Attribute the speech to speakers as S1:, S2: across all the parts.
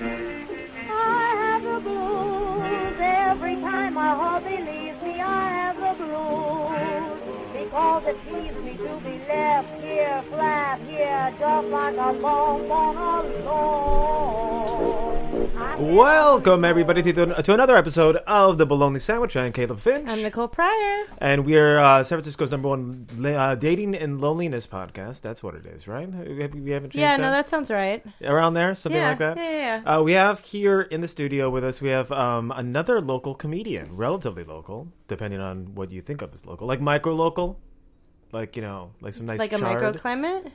S1: I have the blues every time my hubby leaves me. I have the blues because it grieves me to be left here, flat here, just like a bone alone. I
S2: Welcome, everybody, to, the, to another episode of the Bologna Sandwich. I'm Caleb Finch.
S3: I'm Nicole Pryor.
S2: and we are uh, San Francisco's number one la- uh, dating and loneliness podcast. That's what it is, right? We haven't changed
S3: Yeah, no,
S2: that?
S3: that sounds right.
S2: around there, something
S3: Yeah,
S2: like that.
S3: yeah, yeah,
S2: Uh, we have here in the studio with us. We have um, another local comedian, relatively local, depending on what you think of as local, like micro local, like you know, like some nice
S3: Like a
S2: charred-
S3: microclimate.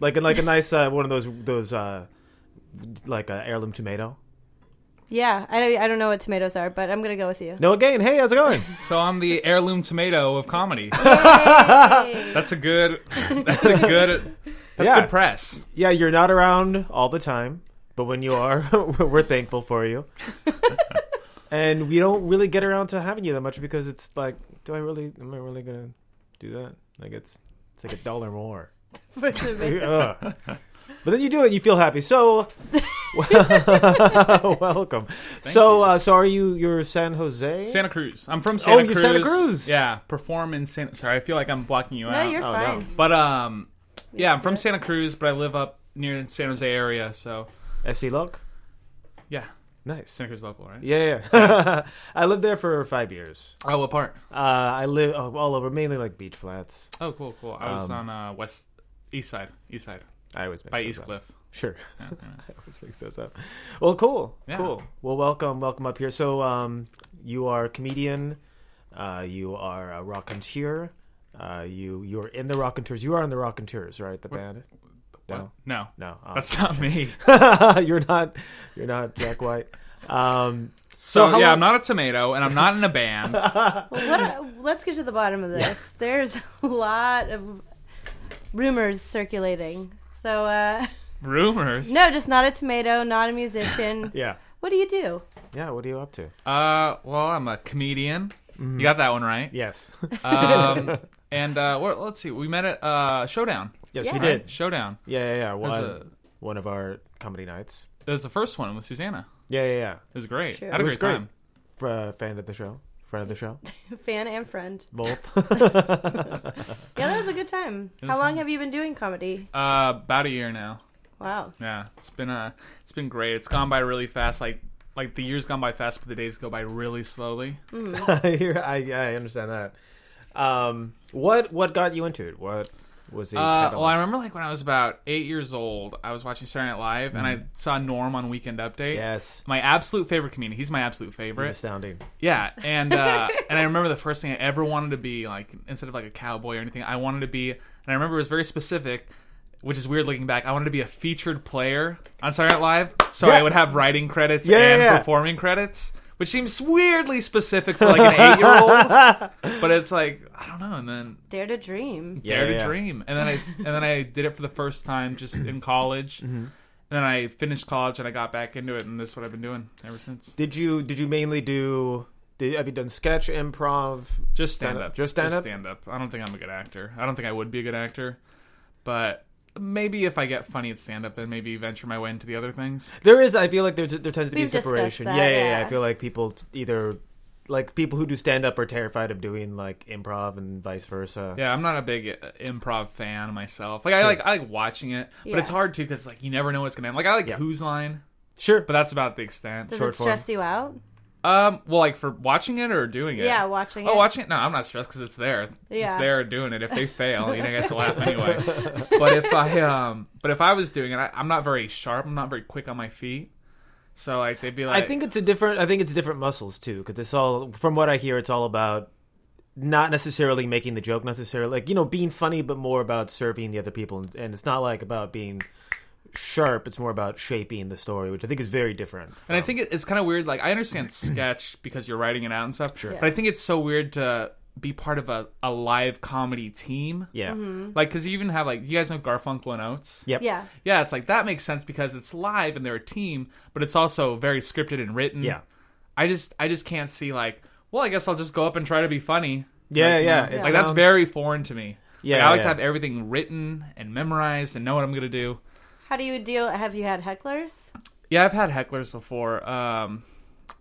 S2: like like a nice uh, one of those those uh, like a heirloom tomato.
S3: Yeah, I, I don't know what tomatoes are, but I'm gonna go with you.
S2: Noah Gain, hey, how's it going?
S4: So I'm the heirloom tomato of comedy. that's a good. That's a good. That's
S2: Yeah.
S4: good press.
S2: Yeah, you're not around all the time, but when you are, we're thankful for you. and we don't really get around to having you that much because it's like, do I really? Am I really gonna do that? Like it's it's like a dollar more. Ugh. But then you do it, and you feel happy. So, welcome. so, uh, so are you? You're San Jose.
S4: Santa Cruz. I'm from Santa
S2: Oh, you're
S4: Cruz.
S2: Santa Cruz.
S4: Yeah, perform in Santa. Sorry, I feel like I'm blocking you
S3: no,
S4: out.
S3: you're
S2: Oh,
S3: fine.
S2: no.
S4: But um, yeah, I'm from Santa Cruz, but I live up near San Jose area. So
S2: SC Log.
S4: yeah,
S2: E Nice.
S4: Santa Cruz local, right?
S2: Yeah, yeah, yeah. I lived there for five years.
S4: Oh, what part?
S2: Uh, I live uh, all over, mainly like beach flats.
S4: Oh, cool, cool. I was
S2: Um,
S4: on uh, west east side, east side
S2: I always make
S4: by
S2: sense
S4: East
S2: up.
S4: Cliff.
S2: Sure.
S4: Yeah, yeah.
S2: Let's mix those up. Well, cool,
S4: Yeah.
S2: cool. Well, welcome, welcome up here. So, um, you are a comedian. Uh, you are a rocketeer. Uh, you you're in the Rocketeurs. You are in the Rocketeurs, right? The band. No,
S4: No,
S2: no. oh.
S4: that's not me.
S2: you're not. You're not Jack White. Um,
S4: So,
S2: how
S4: yeah,
S2: long-
S4: I'm not a tomato, and I'm not in a band.
S3: What are- let's get to the bottom of this. There's a lot of rumors circulating. So, uh,
S4: Rumors.
S3: no, just not a tomato, not a musician.
S2: yeah,
S3: What do you do?
S2: yeah. What are you up to?
S4: Uh, well, I'm a comedian.
S2: Mm-hmm.
S4: You got that one right.
S2: Yes,
S4: Um, and uh, well, let's see. We met at uh, Showdown.
S2: yes,
S3: Yeah.
S2: we did.
S4: Showdown.
S2: Yeah, yeah, yeah. One,
S4: a-
S2: one of our comedy nights.
S4: It was the first one with Susanna.
S2: Yeah, yeah, yeah.
S4: It was great.
S3: Sure.
S4: Had
S3: It
S4: a
S2: was
S4: great,
S2: great.
S4: time.
S2: For a fan of the show, friend of the show,
S3: Fan and friend.
S2: both.
S3: Yeah, that was a good time. How long have you been doing comedy?
S4: Uh, about a year now.
S3: Wow.
S4: Yeah, it's been uh, it's been great. It's gone by really fast. Like like the years gone by fast, but the days go by really slowly.
S2: I hear. I, I understand that. Um, what what got you into it? What was the?
S4: Uh, well, I
S2: catalyst?
S4: remember like when I was about eight years old, I was watching Saturday Night Live, and
S2: Mm-hmm.
S4: I saw Norm on Weekend Update.
S2: Yes,
S4: My absolute favorite comedian. He's my absolute favorite.
S2: it's astounding.
S4: Yeah, and uh, and I remember the first thing I ever wanted to be like instead of like a cowboy or anything, I wanted to be, and I remember it was very specific, which is weird looking back. I wanted to be a featured player on Saturday Night Live, so
S2: Yeah.
S4: I would have writing credits
S2: Yeah, yeah,
S4: and
S2: yeah.
S4: performing credits, which seems weirdly specific for like an eight year old. But it's like I don't know, and then
S3: Dare to dream.
S2: Yeah,
S4: Dare
S2: yeah,
S4: to
S2: yeah.
S4: Dream, and then I and then I did it for the first time just in college,
S2: Mm-hmm.
S4: and then I finished college and I got back into it, and this is what I've been doing ever since.
S2: Did you did you mainly do? Did, have you done sketch, improv?
S4: Just stand
S2: Stand-up.
S4: up.
S2: Just stand-up?
S4: stand up. I don't think I'm a good actor. I don't think I would be a good actor. But maybe if I get funny at stand up, then maybe venture my way into the other things.
S2: There is. I feel like there there tends to be
S3: We've discussed
S2: separation.
S3: that,
S2: yeah, yeah, yeah,
S3: yeah.
S2: I feel like people t- either like people who do stand up are terrified of doing like improv and vice versa.
S4: Yeah, I'm not a big uh, improv fan myself. Like I like I like watching it, but it's
S3: Yeah.
S4: hard too because like you never know what's gonna end. Like I like
S2: Yeah.
S4: Who's Line,
S2: Sure,
S4: but
S2: but
S4: that's about the extent.
S3: Does
S2: Short
S3: it stress you out?
S4: Um, well, like for watching it or doing it.
S3: Yeah, watching
S4: Oh,
S3: it.
S4: watching it? No, I'm not stressed because it's there.
S3: Yeah.
S4: It's there doing it. If they fail, you know, I get to laugh anyway. but if I um, but if I was doing it, I, I'm not very sharp. I'm not very quick on my feet. So like they'd be like,
S2: I think it's a different. I think it's different muscles too, because it's all from what I hear, it's all about not necessarily making the joke necessarily like you know being funny but more about serving the other people and, and it's not like about being sharp it's more about shaping the story which i think is very different
S4: and I think it, it's kind of weird. Like I understand sketch because you're writing it out and stuff. Sure. But I think it's so weird to be part of a, a live comedy team.
S2: yeah
S4: Like because you even have like you guys know Garfunkel and Oates.
S2: yep
S3: Mm-hmm. Yeah.
S4: Yeah, it's like that makes sense because it's live and they're a team, but it's also very scripted and written.
S2: Yeah.
S4: I just I just can't see like, well, I guess I'll just go up and try to be funny.
S2: yeah
S4: Like, mm-hmm.
S2: yeah
S4: Like
S2: it
S4: that's
S2: sounds-
S4: very foreign to me.
S2: Yeah,
S4: Like, I like
S2: yeah.
S4: to have everything written and memorized and know what I'm gonna do.
S3: How do you deal? Have you had hecklers?
S4: Yeah, I've had hecklers before. Um,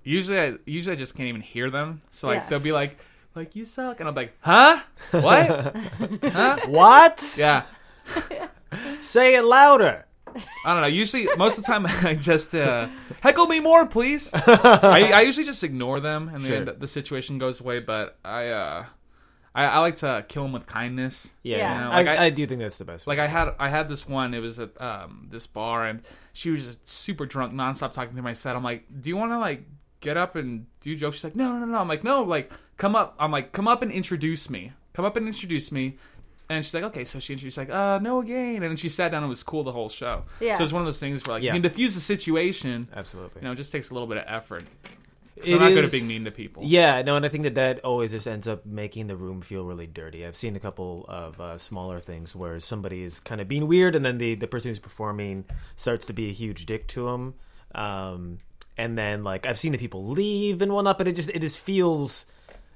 S4: usually, I usually I just can't even hear them. So like
S3: Yeah.
S4: they'll be like, like you suck, and I'm like, huh, what?
S2: What?
S4: yeah,
S2: Say it louder.
S4: I don't know. Usually, most of the time, I just uh, heckle me more, please. I, I usually just ignore them, and
S2: Sure.
S4: then the, the situation goes away. But I, uh, I, I like to kill them with kindness.
S2: Yeah,
S3: Yeah.
S4: You know,
S2: I,
S4: like
S2: I,
S4: I-
S2: do think that's the best.
S4: Like I had, I had this one. It was at um, this bar, and she was just super drunk, nonstop talking through my set. I'm like, "Do you want to like get up and do jokes?" She's like, "No, no, no, no." I'm like, "No, like come up." I'm like, "Come up and introduce me. Come up and introduce me." And she's like, "Okay." So she introduced like, "Uh, no gain." And then she sat down and was cool the whole show.
S3: Yeah.
S4: So it's one of those things where like
S2: Yeah.
S4: you can diffuse the situation.
S2: Absolutely.
S4: You know, it just takes a little bit of effort.
S2: It
S4: I'm not good
S2: is-
S4: at being mean to people.
S2: Yeah, no, and I think that that always just ends up making the room feel really dirty. I've seen a couple of uh, smaller things where somebody is kind of being weird, and then the the person who's performing starts to be a huge dick to them. Um, and then like I've seen the people leave and whatnot, but it just it just feels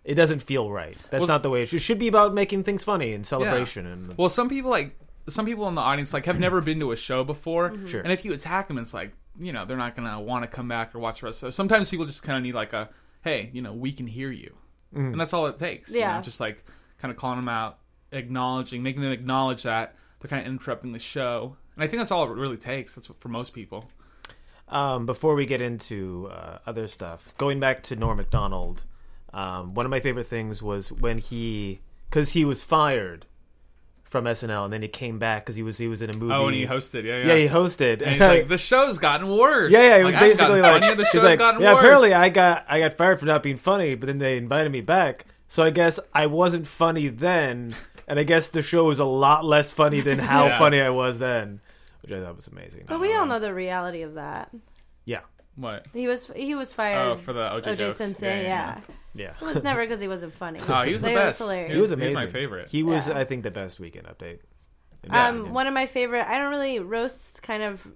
S2: it doesn't feel right. That's
S4: Well-
S2: not the way it should. It should be about making things funny and celebration and
S4: Well, some people like some people in the audience like have never been to a show before,
S3: Mm-hmm.
S2: Sure.
S4: and if you attack them, it's like you know they're not gonna want to come back or watch the rest. So sometimes people just kind of need like a hey, you know, we can hear you,
S2: Mm-hmm.
S4: and that's all it takes. you
S3: Yeah.
S4: know, just like kind of calling them out, acknowledging, making them acknowledge that they're kind of interrupting the show, and I think that's all it really takes. That's what, for most people.
S2: Um, before we get into uh, other stuff, going back to Norm Macdonald, um, one of my favorite things was when he, because he was fired from SNL, and then he came back because he was he was in a movie.
S4: Oh, and he hosted, yeah, yeah.
S2: Yeah, he hosted.
S4: and he's like, the show's gotten worse.
S2: yeah, yeah, it
S4: Like,
S2: was
S4: I haven't
S2: basically
S4: gotten
S2: like,
S4: funnier, the
S2: he's
S4: show's
S2: like,
S4: gotten
S2: yeah.
S4: worse.
S2: Apparently, I got I got fired for not being funny, but then they invited me back, so I guess I wasn't funny then, and I guess the show was a lot less funny than how
S4: Yeah.
S2: funny I was then, which I thought was amazing. Uh,
S3: But we all know the reality of that.
S2: yeah,
S4: what?
S3: He was he was fired.
S4: Oh, for the OJ jokes.
S3: Simpson. Yeah,
S4: Yeah, yeah,
S2: yeah.
S3: it was never because he wasn't funny.
S4: Oh, he was the
S3: They-
S4: best.
S3: hilarious.
S2: He was
S4: He's- he's
S2: amazing.
S4: my favorite.
S2: He was,
S3: Yeah.
S2: I think, the best weekend update. In my
S3: Um,
S2: opinion.
S3: one of my favorite. I don't really roasts. Kind of,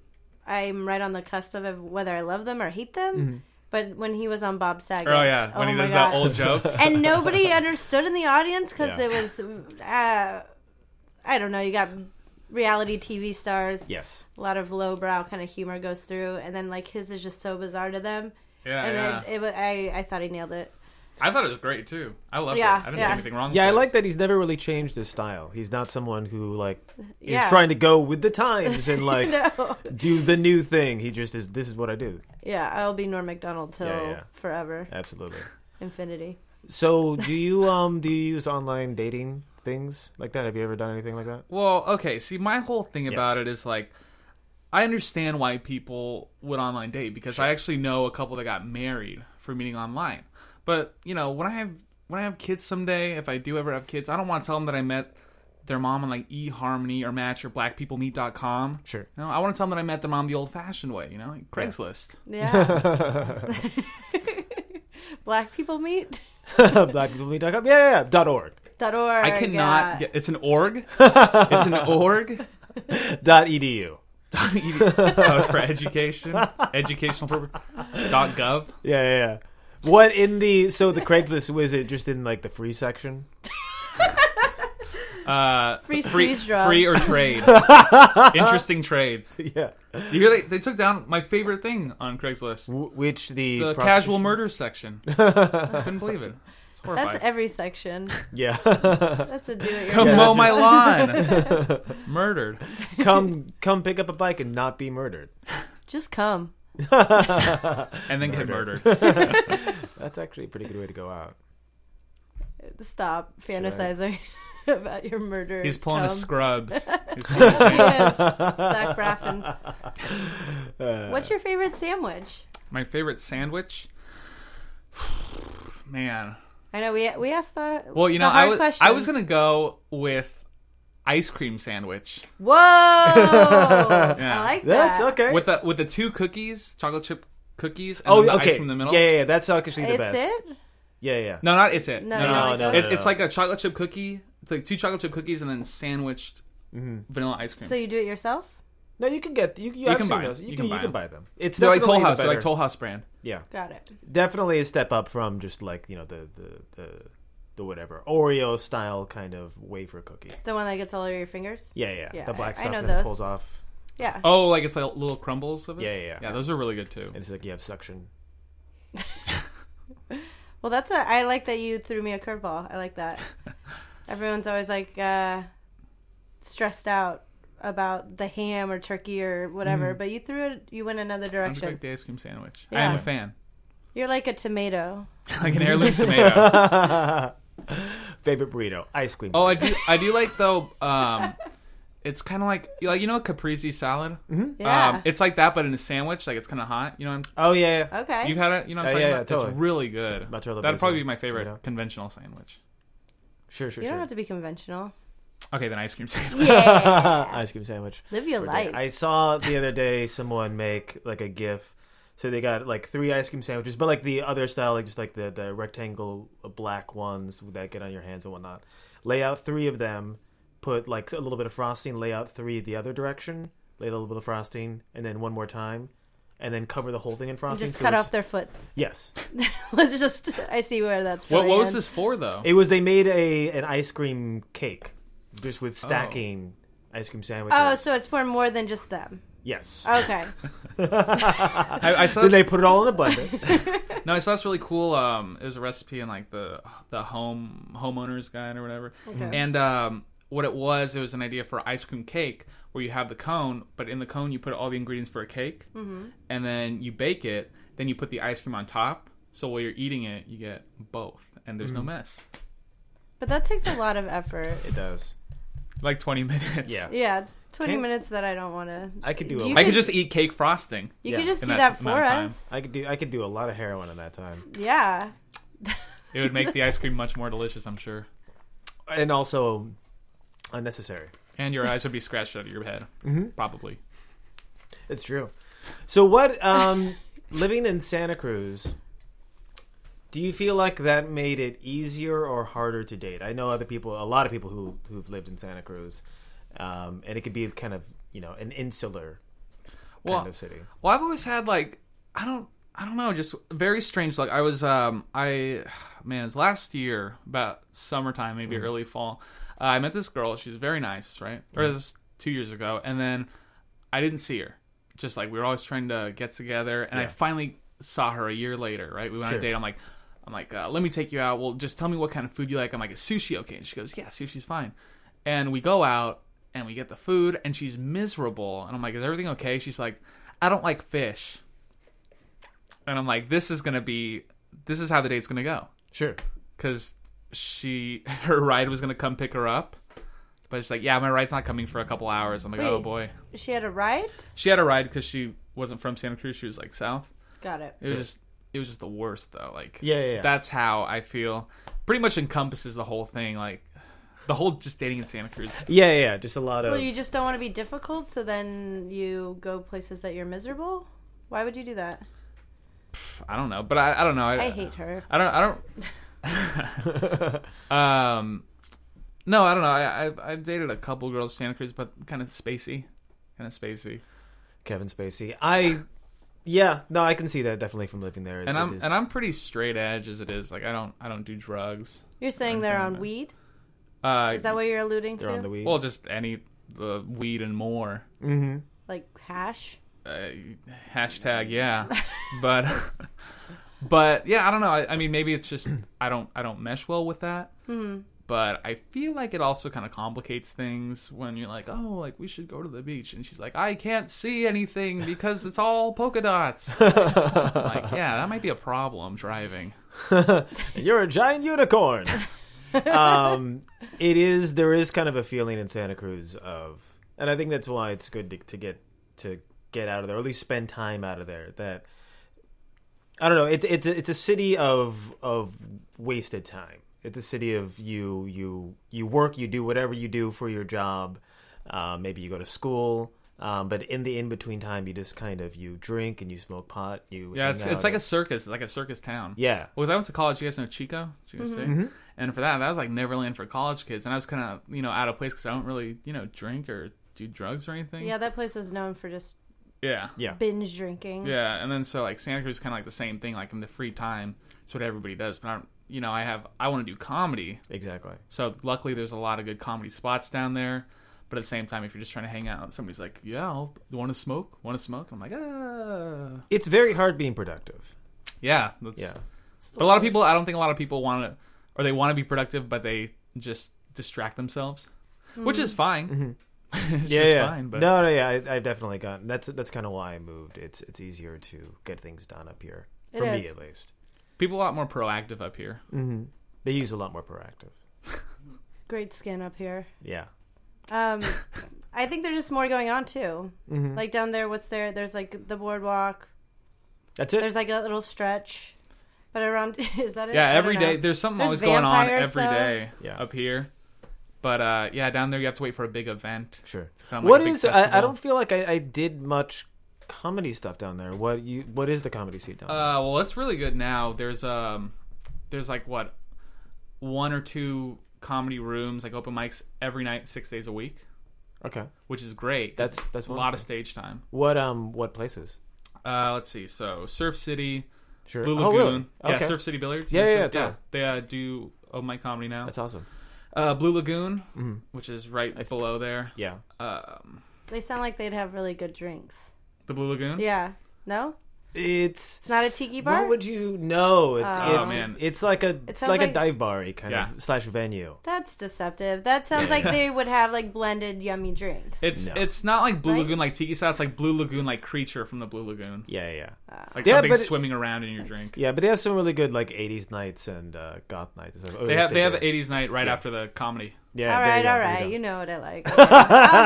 S3: I'm right on the cusp of whether I love them or hate them. But when he was on Bob Saget,
S4: Mm-hmm. Oh yeah, when he
S3: my
S4: does
S3: God.
S4: the old jokes.
S3: and nobody understood in the audience because
S2: Yeah.
S3: it was, uh, I don't know. You got reality TV stars.
S2: yes,
S3: A lot of lowbrow kind of humor goes through, and then like his is just so bizarre to them.
S4: Yeah,
S3: and
S4: yeah.
S3: It, it, wa- I, I thought he nailed it.
S4: I thought it was great too. I loved
S3: Yeah,
S4: it. I didn't see
S3: yeah.
S4: anything wrong.
S2: yeah, I
S4: with it.
S2: like that he's never really changed his style. He's not someone who like is
S3: Yeah.
S2: trying to go with the times and like
S3: No.
S2: do the new thing. He just is. This is what I do.
S3: Yeah, I'll be Norm Macdonald till
S2: Yeah, yeah.
S3: forever,
S2: Absolutely.
S3: infinity.
S2: So, do you um do you use online dating things like that? Have you ever done anything like that?
S4: Well, okay. See, my whole thing about it is like, I understand why people would online date because I actually know a couple that got married for meeting online. But you know, when I have when I have kids someday, if I do ever have kids, I don't want to tell them that I met their mom on like eHarmony or Match or BlackPeopleMeet.com.
S2: Sure.
S4: No, I want to tell them that I met their mom the old-fashioned way. You know, like Craigslist.
S3: Yeah. Black people meet.
S2: Blackpeoplemeet.com. Yeah, yeah, yeah. Dot org.
S3: Dot org. uh,
S4: I cannot.
S3: yeah.
S4: Get, it's an org. it's an org.
S2: Dot E edu.
S4: oh, it's for education. Educational purpose. Dot gov.
S2: Yeah, yeah, yeah. What in the so the Craigslist was it just in like the free section?
S4: Uh,
S3: Free
S4: free,
S3: squeeze drop.
S4: free or trade. Interesting trades. You
S2: Yeah.
S4: hear they, they took down my favorite thing on Craigslist:
S2: W- which the,
S4: the
S2: prostitution-
S4: casual murder section. I couldn't believe it. It's horrifying.
S3: That's every section.
S2: Yeah.
S3: That's a do it
S4: Come
S2: Yeah,
S3: yourself.
S4: mow
S2: that's
S4: my lawn. Murdered.
S2: come come pick up a bike and not be murdered.
S3: Just come.
S4: And then
S2: Murdered.
S4: get murdered.
S2: That's actually a pretty good way to go out.
S3: Stop fantasizing about your murder.
S4: He's pulling
S3: come.
S4: his scrubs. He's pulling his
S3: He
S4: thing.
S3: is. Zach Braffin.
S4: Uh.
S3: What's your favorite sandwich?
S4: my favorite sandwich. Man.
S3: I know we we asked the
S4: Well, you know,
S3: the hard
S4: I was
S3: questions.
S4: I was gonna go with ice cream sandwich.
S3: Whoa! I like
S2: That's
S3: that.
S2: okay.
S4: with the with the two cookies, chocolate chip cookies, and
S2: oh,
S4: then the
S2: okay.
S4: ice from the middle.
S2: Yeah, yeah, yeah. That's actually the
S3: It's
S2: best.
S3: it.
S2: Yeah, yeah.
S4: No, not it's it.
S3: No,
S4: No,
S3: you
S4: no,
S3: don't
S4: no.
S3: like those?
S4: It- It's like a chocolate chip cookie. It's like two chocolate chip cookies and then sandwiched vanilla ice cream.
S3: So you do it yourself?
S2: No, you can get you. You,
S4: can
S2: I've seen
S4: buy 'em.
S2: those. You,
S4: You
S2: can,
S4: can
S2: you
S4: buy
S2: can
S4: 'em.
S2: buy them. It's
S4: They're like
S2: definitely
S4: Toll
S2: the
S4: House, they're like
S2: better-
S4: Toll House brand.
S2: Yeah,
S3: Got it.
S2: definitely a step up from just like you know the the the, the whatever Oreo style kind of wafer cookie.
S3: The one that gets all over your fingers?
S2: Yeah, yeah.
S3: Yeah,
S2: the black
S3: I- I
S2: stuff
S3: know
S2: that it
S3: those.
S2: pulls off.
S3: Yeah.
S4: Oh, like it's like little crumbles of it.
S2: Yeah, yeah, yeah.
S4: Yeah, those are really good too.
S2: And it's like you have suction.
S3: Well, that's a. I like that you threw me a curveball. I like that. Everyone's always like uh, stressed out about the ham or turkey or whatever, but you threw it. You went another
S4: I Mm. just
S3: direction.
S4: like the ice cream sandwich. I
S3: Yeah.
S4: am a fan,
S3: You're like a tomato.
S4: like an heirloom tomato.
S2: Favorite burrito, ice cream.
S4: Oh, I
S2: burrito.
S4: do. I do like though. Um, it's kind of like like you know a caprese salad. Mm-hmm.
S3: Yeah.
S4: Um, it's like that, but in a sandwich. Like it's kind of hot. You know, what
S2: oh yeah, yeah.
S3: Okay.
S4: I'm, you've had it. You know, what I'm
S2: Yeah,
S4: talking
S2: yeah,
S4: about.
S2: yeah,
S4: It's
S2: totally.
S4: really good.
S2: Mozzarella
S4: That'd probably
S2: basil,
S4: be my favorite
S2: you know?
S4: conventional sandwich.
S2: Sure, sure,
S3: you don't
S2: sure.
S3: have to be conventional.
S4: Okay, then ice cream sandwich.
S3: Yeah.
S2: ice cream sandwich.
S3: Live your life.
S2: I saw the other day someone make like a GIF. So they got like three ice cream sandwiches, but like the other style, like just like the the rectangle uh, black ones that get on your hands and whatnot. Lay out three of them, put like a little bit of frosting. Lay out three the other direction. Lay a little bit of frosting, and then one more time, and then cover the whole thing in frosting.
S3: just
S2: so
S3: cut
S2: it's-
S3: off their foot.
S2: Yes,
S3: Let's just. I see where that's.
S4: What, what was this for though?
S2: it was they made a an ice cream cake, just with stacking ice cream sandwiches.
S3: Oh, so Oh. it's for more than just them.
S2: yes.
S3: Okay.
S4: I, I saw
S2: Then
S4: this-
S2: they put it all in a blender.
S4: No, I saw this really cool. Um, it was a recipe in like the the home homeowners guide or whatever. And um, what it was, it was an idea for ice cream cake where you have the cone, but in the cone you put all the ingredients for a cake, and then you bake it. Then you put the ice cream on top. So while you're eating it, you get both, and
S2: Mm.
S4: there's no mess.
S3: But that takes a lot of effort.
S2: it does.
S4: Like 20 minutes.
S2: Yeah.
S3: Yeah, 20
S2: Can't-
S3: minutes that I don't want to.
S2: I could do a-
S3: You
S4: I could just eat cake frosting.
S3: You
S2: yeah,
S3: could just
S4: in
S3: do
S4: that
S3: that for
S4: amount of time.
S3: us.
S2: I could do I could do a lot of heroin in that time,
S3: Yeah.
S4: It would make the ice cream much more delicious, I'm sure.
S2: and also unnecessary.
S4: And your eyes would be scratched out of your head,
S2: Mm-hmm.
S4: probably.
S2: It's true. So what? Um, living in Santa Cruz, do you feel like that made it easier or harder to date? I know other people, a lot of people who who've lived in Santa Cruz, um, and it could be kind of you know an insular kind
S4: Well,
S2: of city.
S4: Well, I've always had like I don't I don't know, just very strange. Like I was um I man, it was last year about summertime, maybe
S2: Mm-hmm.
S4: early fall. Uh, I met this girl. She was very nice, right? Or
S2: Mm-hmm.
S4: this two years ago, and then I didn't see her. Just like we were always trying to get together, and I finally saw her a year later. Right? We went on
S2: Sure.
S4: a date. I'm like. I'm like, uh, let me take you out. Well, just tell me what kind of food you like. I'm like, is sushi okay? And she goes, yeah, sushi's fine. And we go out and we get the food, and she's miserable. And I'm like, is everything okay? She's like, I don't like fish. And I'm like, this is gonna be, this is how the date's gonna go,
S2: Sure.
S4: because she, her ride was gonna come pick her up, but it's like, yeah, my ride's not coming for a couple hours. I'm like, oh
S3: Wait.
S4: boy.
S3: She had a ride?
S4: She had a ride because she wasn't from Santa Cruz. She was like south.
S3: Got it.
S4: It was just it was just the worst though. Like
S2: Yeah, yeah, yeah.
S4: that's how I feel. Pretty much encompasses the whole thing. Like the whole just dating in Santa Cruz.
S2: Yeah, yeah, yeah. Just a lot of.
S3: Well, you just don't want to be difficult, so then you go places that you're miserable? Why would you do that?
S4: I don't know, but I, I don't know. I,
S3: I hate her.
S4: I don't. I don't. um, no, I don't know. I, I've I've dated a couple girls in Santa Cruz, but kind of spacey, kind of spacey.
S2: Kevin Spacey. I. Yeah, no, I can see that definitely from living there.
S4: And
S2: It
S4: I'm
S2: is-
S4: and I'm pretty straight edge as it is. Like I don't I don't do drugs.
S3: You're saying they're on weed?
S4: Uh,
S3: Is that what you're alluding to?
S2: they're on the weed.
S4: well, just any the weed and more.
S3: Like hash?
S4: uh, hashtag yeah but but yeah i don't know I, I mean maybe it's just i don't i don't mesh well with that but i feel like it also kind of complicates things when you're like oh like we should go to the beach and she's like i can't see anything because it's all polka dots I'm like yeah that might be a problem driving
S2: You're a giant unicorn. um, it is. There is kind of a feeling in Santa Cruz of, and I think that's why it's good to, to get to get out of there, or at least spend time out of there. That I don't know. It, it's a, it's a city of of wasted time. It's a city of you you you work, you do whatever you do for your job. Uh, maybe you go to school. Um, but in the in between time, you just kind of you drink and you smoke pot. You
S4: yeah
S2: hang
S4: it's, it's
S2: out.
S4: like a circus it's like a circus town
S2: uh, yeah Mm-hmm.
S4: Because I went to college, you guys know Chico, Chico State, and for that, that was like Neverland for college kids, and I was kind of you know out of place because I don't really you know drink or do drugs or anything.
S3: Yeah, that place is known for just
S4: yeah,
S2: yeah
S3: binge drinking.
S4: yeah. And then so like Santa Cruz, kind of like the same thing. Like in the free time, it's what everybody does. But I'm you know I have I want to do comedy,
S2: exactly.
S4: so luckily there's a lot of good comedy spots down there. But at the same time, if you're just trying to hang out, somebody's like, "Yeah, I'll want to smoke, want to smoke." I'm like, "Ah,
S2: It's very hard being productive.
S4: yeah, that's,
S2: Yeah.
S4: But a lot of people, I don't think a lot of people want to, or they want to be productive, but they just distract themselves, which is fine. it's
S2: Mm-hmm. Yeah,
S4: just
S2: yeah.
S4: fine. But
S2: No, no, yeah. I, I've definitely gotten. That's that's kind of why I moved. It's it's easier to get things done up here
S3: It
S2: for me
S3: is.
S2: at least.
S4: people are a lot more proactive up here.
S2: Mm. They use a lot more proactive.
S3: Great skin up here.
S2: Yeah.
S3: Um, I think there's just more going on too.
S4: Mm-hmm.
S3: Like down there, what's there? There's like the boardwalk.
S2: That's it.
S3: There's like a little stretch, but around is that it?
S4: Yeah,
S3: I don't
S4: every
S3: know.
S4: day there's something
S3: There's
S4: always going on
S3: vampires,
S4: every
S3: though.
S4: day
S2: Yeah.
S4: up here. But uh, yeah, down there you have to wait for a big event.
S2: Sure.
S4: kind of like
S2: What
S4: a big
S2: is? I, I
S4: festival.
S2: don't feel like I, I did much comedy stuff down there. What you? What is the comedy scene down there?
S4: Uh, well, it's really good now. There's um, there's like what, one or two comedy rooms, like open mics every night, six days a week,
S2: okay.
S4: which is great. 'cause
S2: That's- that's
S4: a lot of
S2: wonderful.
S4: stage time.
S2: What um? What places?
S4: Uh, let's see. So Surf City,
S2: Sure.
S4: Blue
S2: Oh,
S4: Lagoon,
S2: really?
S4: yeah,
S2: Okay.
S4: Surf City Billiards.
S2: Yeah,
S4: You know,
S2: yeah,
S4: Surf-
S2: yeah,
S4: They uh, do open mic comedy now.
S2: That's Mm-hmm. awesome.
S4: Uh, Blue Lagoon, which is right below there.
S2: Yeah.
S4: Um,
S3: They sound like they'd have really good drinks.
S4: the Blue Lagoon.
S3: Yeah. No,
S2: It's.
S3: it's not a tiki bar.
S2: What would you know? It,
S3: Oh.
S2: it's,
S4: Oh, man.
S2: it's like a it's
S3: sounds
S2: like,
S3: like-
S2: a dive bar kind
S4: Yeah.
S2: of slash venue.
S3: That's deceptive. That sounds like they would have like blended yummy drinks.
S4: It's
S2: No.
S4: it's not like Blue
S3: Right?
S4: Lagoon like Tiki Style. It's like Blue Lagoon like creature from the Blue Lagoon,
S2: Yeah, yeah, yeah.
S4: like
S2: Uh, Yeah,
S4: something
S2: but it-
S4: swimming around in your drink.
S2: yeah. But they have some really good like '80s nights and uh, goth nights. and stuff. Oh,
S4: They
S2: yes,
S4: have they have
S2: do.
S4: '80s night right after the comedy.
S2: Yeah.
S3: all
S2: there you
S3: right,
S2: go,
S3: all
S2: there
S3: right.
S2: go.
S3: You know what I like. Okay. I'll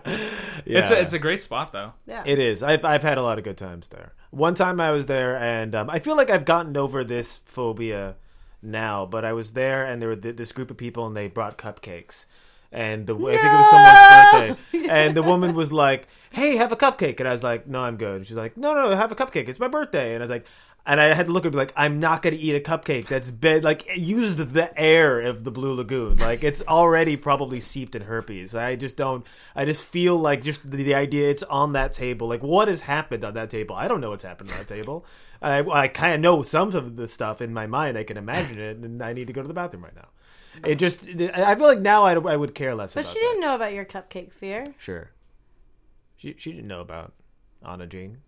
S3: go.
S2: yeah.
S4: It's a, it's a great spot though.
S3: Yeah.
S2: It is. I've I've had a lot of good times there. One time I was there, and um, I feel like I've gotten over this phobia now. But I was there, and there were th- this group of people, and they brought cupcakes. And the I think it was someone's birthday, and the woman was like, "Hey, have a cupcake," and I was like, "No, I'm good." And she's like, "No, no, no, have a cupcake. It's my birthday." And I was like. And I had to look and be like, I'm not going to eat a cupcake. That's been like used the air of the Blue Lagoon. Like it's already probably seeped in herpes. I just don't. I just feel like just the, the idea it's on that table. Like what has happened on that table? I don't know what's happened on that table. I, I kind of know some of the stuff in my mind. I can imagine it, and I need to go to the bathroom right now. It just. I feel like now I, I would care less.
S3: But
S2: about
S3: she didn't know about your cupcake fear.
S2: That. Sure. She she didn't know about Anna Jane.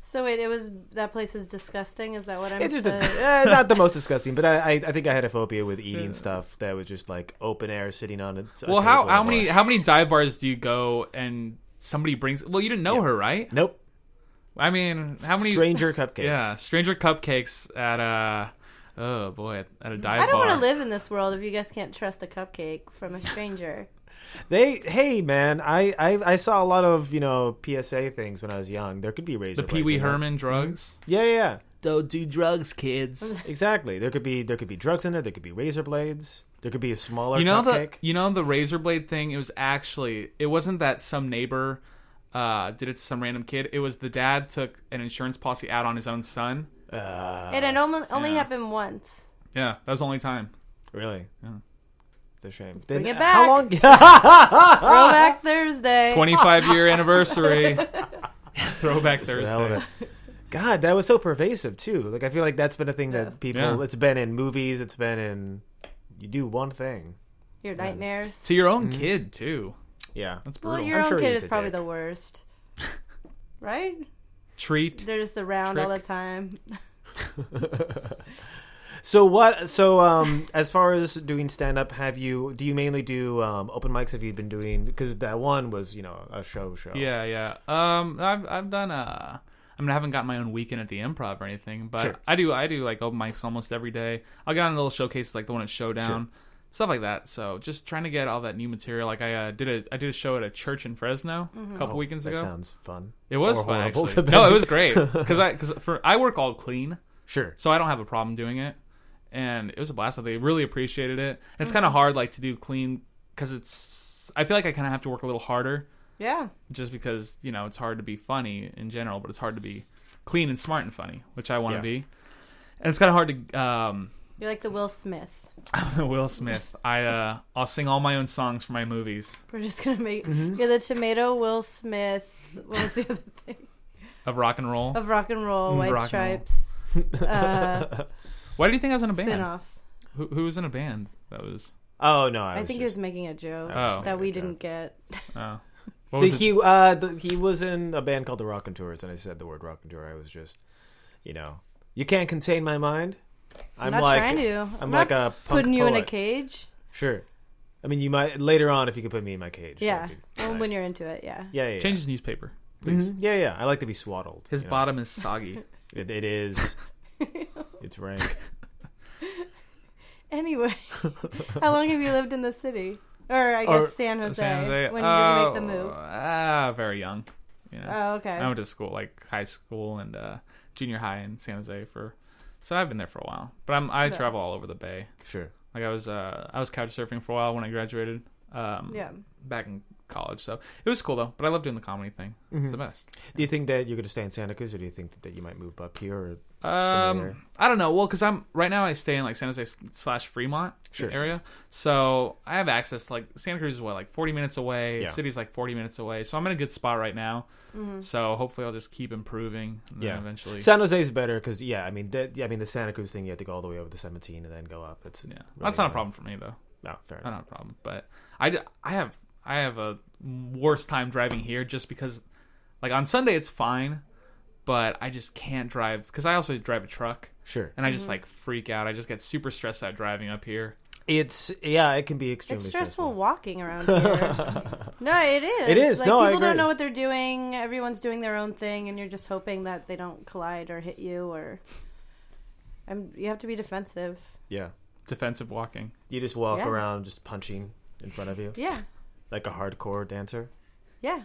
S3: So wait, it was that place is disgusting. Is that what I'm?
S2: It just
S3: to-
S2: eh, not the most disgusting, but I, I I think I had a phobia with eating stuff that was just like open air, sitting on a, a
S4: Well, how
S2: table
S4: how
S2: or-
S4: many how many dive bars do you go and somebody brings? Well, you didn't know her, right?
S2: Nope.
S4: I mean, how many
S2: Stranger cupcakes.
S4: Yeah, stranger cupcakes at uh oh boy at, at a dive
S3: I don't
S4: bar.
S3: want to live in this world if you guys can't trust a cupcake from a stranger.
S2: They hey man, I, I I saw a lot of you know PSA things when I was young. There could be razor
S4: the Pee Wee Herman drugs.
S3: Hmm?
S2: Yeah, yeah, yeah,
S4: Don't do drugs, kids.
S2: exactly. There could be there could be drugs in there. There could be razor blades. There could be a smaller
S4: you know
S2: cupcake.
S4: the you know the razor blade thing it was actually it wasn't that some neighbor uh, did it to some random kid it was the dad took an insurance policy out on his own son
S3: it
S2: Uh,
S3: had only, only happened once.
S4: yeah that was the only time
S2: really. It's a shame.
S3: bring
S2: Then
S3: it
S2: How
S3: back.
S2: long? Ah!
S3: Throwback Thursday.
S4: 25 year anniversary throwback thursday
S2: Relevant. God, that was so pervasive too. Like I feel like that's been a thing that people.
S4: Yeah.
S2: It's been in movies. It's been in. You do one thing.
S3: Your nightmares.
S4: to your
S3: Hmm?
S4: own kid too
S2: Yeah.
S4: that's brutal
S3: Well, your
S2: I'm
S3: own
S2: sure
S3: kid
S2: he's
S3: is
S2: a
S3: probably
S2: dick.
S3: the worst. Right?
S4: treat
S3: They're just around all the
S4: Trick.
S3: time.
S2: So what? So um, as far as doing stand up, have you? Do you mainly do um, open mics? Have you been doing? Because that one was you know a show show.
S4: yeah yeah um i've i've done uh I mean, I haven't got my own weekend at the improv or anything, but
S2: Sure.
S4: I do. I do like open mics almost every day. I got on little showcases like the one at Showdown, stuff like that. So just trying to get all that new material. Like I uh, did a I did a show at a church in Fresno a couple weekends
S2: Oh, that
S4: ago.
S2: sounds fun.
S4: it was
S2: Or
S4: fun.
S2: horrible,
S4: Actually.
S2: to
S4: No,
S2: be-
S4: it was great because I because for I work all clean,
S2: Sure.
S4: so I don't have a problem doing it, and it was a blast. They really appreciated it. And it's kind of hard like to do clean because it's. I feel like I kind of have to work a little harder
S3: Yeah.
S4: just because you know it's hard to be funny in general, but it's hard to be clean and smart and funny, which I want to
S2: Yeah.
S4: be. And it's kind of hard to um,
S3: You're like the Will Smith.
S4: Will Smith. I uh, I'll sing all my own songs for my movies
S3: We're just gonna make
S2: Mm-hmm.
S3: you're the tomato Will Smith. What was the other thing?
S4: of rock and roll.
S3: Of rock and roll,
S2: Mm,
S3: white
S4: rock and roll.
S3: stripes, uh,
S4: Why do you think I was in a band?
S3: spin-offs.
S4: Who, who was in a band? That was
S2: Oh no, I,
S3: I
S2: was
S3: think he
S2: just,
S3: was making a joke
S4: Oh.
S3: that we didn't get.
S4: Oh. What was it?
S2: he uh the, he was in a band called the Rock and Tours, and I said the word Rock and Tour. I was just, you know, you can't contain my mind.
S3: I'm
S2: I'm
S3: not
S2: like
S3: trying to. I'm,
S2: I'm
S3: not
S2: like a punk
S3: putting you in a
S2: poet.
S3: cage.
S2: sure. I mean, you might later on if you could put me in my cage. that'd
S3: Yeah.
S2: be
S3: Well,
S2: nice.
S3: when you're into it, yeah.
S2: yeah, yeah, yeah.
S4: Change his newspaper, please.
S2: Mhm. Yeah, yeah. I like to be swaddled.
S4: His
S2: you know.
S4: bottom is soggy.
S2: It, it is. it's rank.
S3: Anyway, how long have you lived in the city? Or I guess
S2: Or-
S3: San Jose.
S4: San Jose-
S3: When
S4: oh,
S3: did you make the move?
S4: Ah, very young. You know,
S3: Oh, okay.
S4: I went to school like high school and uh, junior high in San Jose for, so I've been there for a while. But I'm I
S3: No.
S4: travel all over the Bay.
S2: Sure.
S4: Like I was uh, I was couch surfing for a while when I graduated. Um,
S3: Yeah.
S4: Back in college, so it was cool though. But I love doing the comedy thing.
S2: Mm-hmm.
S4: It's the best.
S2: Do you think that you're going to stay in Santa Cruz, or do you think that you might move up here? Or... there.
S4: Um, I don't know. Well, because I'm right now, I stay in like San Jose slash Fremont
S2: Sure.
S4: area, so I have access. To, like Santa Cruz is what like 40 minutes away.
S2: Yeah.
S4: City's like 40 minutes away, so I'm in a good spot right now.
S3: Mm-hmm.
S4: So hopefully, I'll just keep improving. And then
S2: Yeah.
S4: eventually.
S2: San Jose's better because yeah, I mean, the, yeah, I mean the Santa Cruz thing, you have to go all the way over to 17 and then go up. It's
S4: yeah,
S2: really
S4: that's not a
S2: annoying.
S4: problem for me though.
S2: No, fair
S4: Not
S2: enough.
S4: a problem, but I, d- I have I have a worse time driving here just because like on Sunday it's fine, but I just can't drive because I also drive a truck
S2: Sure.
S4: and I just like freak out. I just get super stressed out driving up here.
S2: It's yeah, it can be extremely
S3: It's stressful walking around here. no, it is.
S2: It is.
S3: Like,
S2: No, I
S3: people don't
S2: agree.
S3: know what they're doing. Everyone's doing their own thing, and you're just hoping that they don't collide or hit you. Or I'm, you have to be defensive.
S2: Yeah,
S4: Defensive walking.
S2: you just walk
S3: Yeah.
S2: around just punching in front of you
S3: Yeah,
S2: like a hardcore dancer.
S3: yeah.